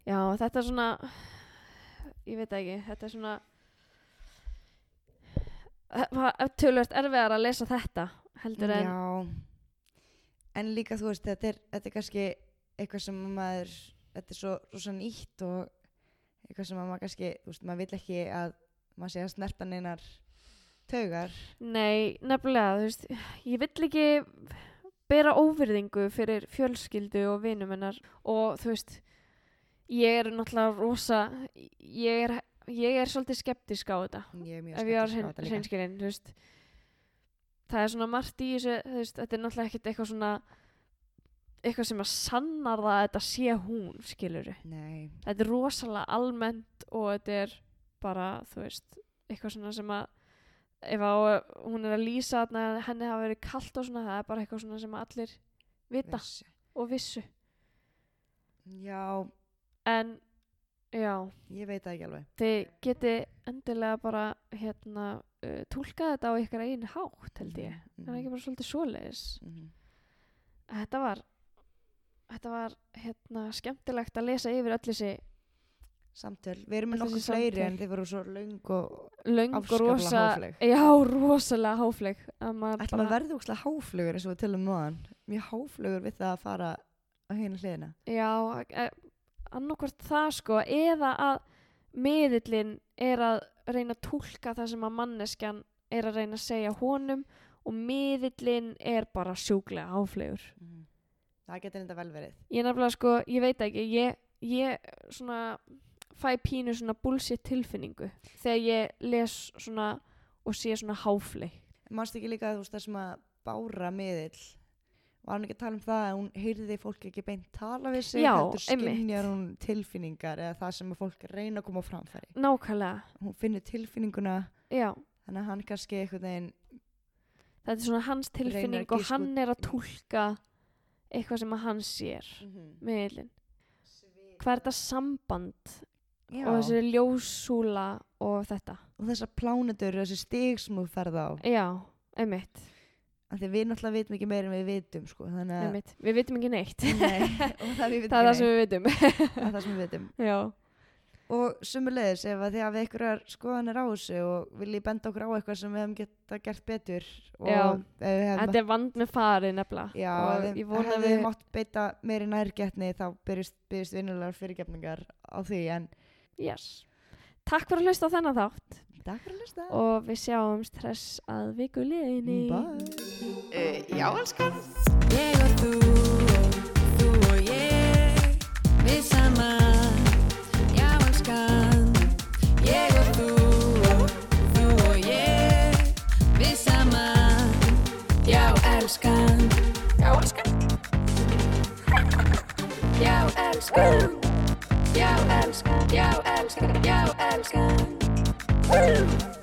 [SPEAKER 3] Já, þetta er svona, ég veit það ekki, þetta er svona, það var tölvöld erfiðar að lesa þetta heldur en,
[SPEAKER 4] Já En líka þú veist þetta er, þetta er kannski eitthvað sem maður þetta er svo rosa nýtt og eitthvað sem að maður kannski, þú veist, maður vil ekki að maður sé að snerta neinar taugar
[SPEAKER 3] Nei, nefnilega, þú veist, ég vill ekki bera óvirðingu fyrir fjölskyldu og vinum hennar og þú veist, ég er náttúrulega rosa, ég er, ég er svolítið skeptisk á þetta
[SPEAKER 4] Ég er mjög
[SPEAKER 3] ef ég var
[SPEAKER 4] skeptísk á þetta líka.
[SPEAKER 3] hreinskilinn, þú veist, það er svona margt í þessu, þú veist, þetta er náttúrulega ekkert eitthvað svona, eitthvað sem að sannar það að þetta sé hún, skilur
[SPEAKER 4] Nei,
[SPEAKER 3] þetta er rosalega almennt og þetta er bara, þú veist, eitthvað svona sem að ef á, hún er að lýsa þarna að henni hafa verið kalt og svona, það er bara eitthvað svona sem allir vita
[SPEAKER 4] vissu.
[SPEAKER 3] og vissu.
[SPEAKER 4] Já,
[SPEAKER 3] En, já,
[SPEAKER 4] ég veit það ekki alveg
[SPEAKER 3] þið geti endilega bara, hérna, uh, tólkað þetta á ykkar einn hátt, held ég. Mm. Það er
[SPEAKER 4] Mhm,
[SPEAKER 3] ekki bara svolítið svoleiðis.
[SPEAKER 4] mhm.
[SPEAKER 3] Þetta var, þetta var, hérna, skemmtilegt að lesa yfir öll þessi
[SPEAKER 4] Samtöl, við erum með
[SPEAKER 3] Öll þessi
[SPEAKER 4] nokkuð fleiri
[SPEAKER 3] samtöl.
[SPEAKER 4] en þið voru svo löng og
[SPEAKER 3] löng og
[SPEAKER 4] Afskaplega
[SPEAKER 3] rosa...
[SPEAKER 4] háfleg.
[SPEAKER 3] Já, rosalega háfleg. að maður
[SPEAKER 4] ætlum að verða úkslega háflugur eins og við tölum náðan mjög háflugur við það að fara á hérna hliðina
[SPEAKER 3] Já, e- annarkvort það sko eða að miðillinn er að reyna að tólka það sem að manneskjan er að reyna að segja honum og miðillinn er bara sjúklega áflegur.
[SPEAKER 4] Það getur þetta vel verið
[SPEAKER 3] Ég nefnilega sko, ég veit ekki, ég, ég svona fæ pínu svona bullshit tilfinningu þegar ég les svona og sé svona háfleg.
[SPEAKER 4] Mást ekki líka þú veist það sem að bára miðill var hann ekki að tala um það að hún heyrði fólk ekki beint tala við sig
[SPEAKER 3] Já,
[SPEAKER 4] heldur
[SPEAKER 3] einmitt.
[SPEAKER 4] skynjar hún tilfinningar eða það sem að fólk reyna að koma á framfæri
[SPEAKER 3] Nákvæmlega,
[SPEAKER 4] hún finnur tilfinninguna
[SPEAKER 3] já.
[SPEAKER 4] þannig að hann kannski einhvern veginn
[SPEAKER 3] Þetta er svona hans
[SPEAKER 4] að
[SPEAKER 3] tilfinning og
[SPEAKER 4] gíska
[SPEAKER 3] hann
[SPEAKER 4] út-
[SPEAKER 3] er að tólka eitthvað sem að hann sér. miðlinn hvað er þetta samband
[SPEAKER 4] Já,
[SPEAKER 3] og
[SPEAKER 4] og,
[SPEAKER 3] þessi ljósúla og þetta
[SPEAKER 4] þessar plánetur og þessi stig sem þú ferð á
[SPEAKER 3] já, einmitt,
[SPEAKER 4] af því að við náttúrulega vitum ekki meira en við vitum sko, þannig að
[SPEAKER 3] einmitt. við vitum ekki neitt
[SPEAKER 4] Nei, og það, við vitum
[SPEAKER 3] það er það
[SPEAKER 4] ekki
[SPEAKER 3] sem við vitum
[SPEAKER 4] neitt. það er það sem við vitum
[SPEAKER 3] já,
[SPEAKER 4] Og sumulegis ef að þið hafið einhverjar skoðanir á þessu og viljið benda okkur á eitthvað sem við hefum geta gert betur og
[SPEAKER 3] Já.
[SPEAKER 4] ef við hefum
[SPEAKER 3] þetta er vand með farið nefnilega
[SPEAKER 4] Hérna. Já,
[SPEAKER 3] og
[SPEAKER 4] ef
[SPEAKER 3] ég
[SPEAKER 4] við
[SPEAKER 3] vona
[SPEAKER 4] hefum
[SPEAKER 3] að við
[SPEAKER 4] mátt beita meiri nærgetni þá byrjist, byrjist vinnulegar fyrirgefningar á því en
[SPEAKER 3] yes. takk fyrir að hlusta á þennan þátt
[SPEAKER 4] Takk fyrir að hlusta
[SPEAKER 3] og við sjáumst stress að viku liðinni
[SPEAKER 4] Bye
[SPEAKER 1] Uh, já, elskan.
[SPEAKER 2] Ég og þú og þú og ég Við saman, já elskan Ég og þú og þú og ég Við saman, já elskan Já elskan Já elskan Já elskan, já elskan, já elskan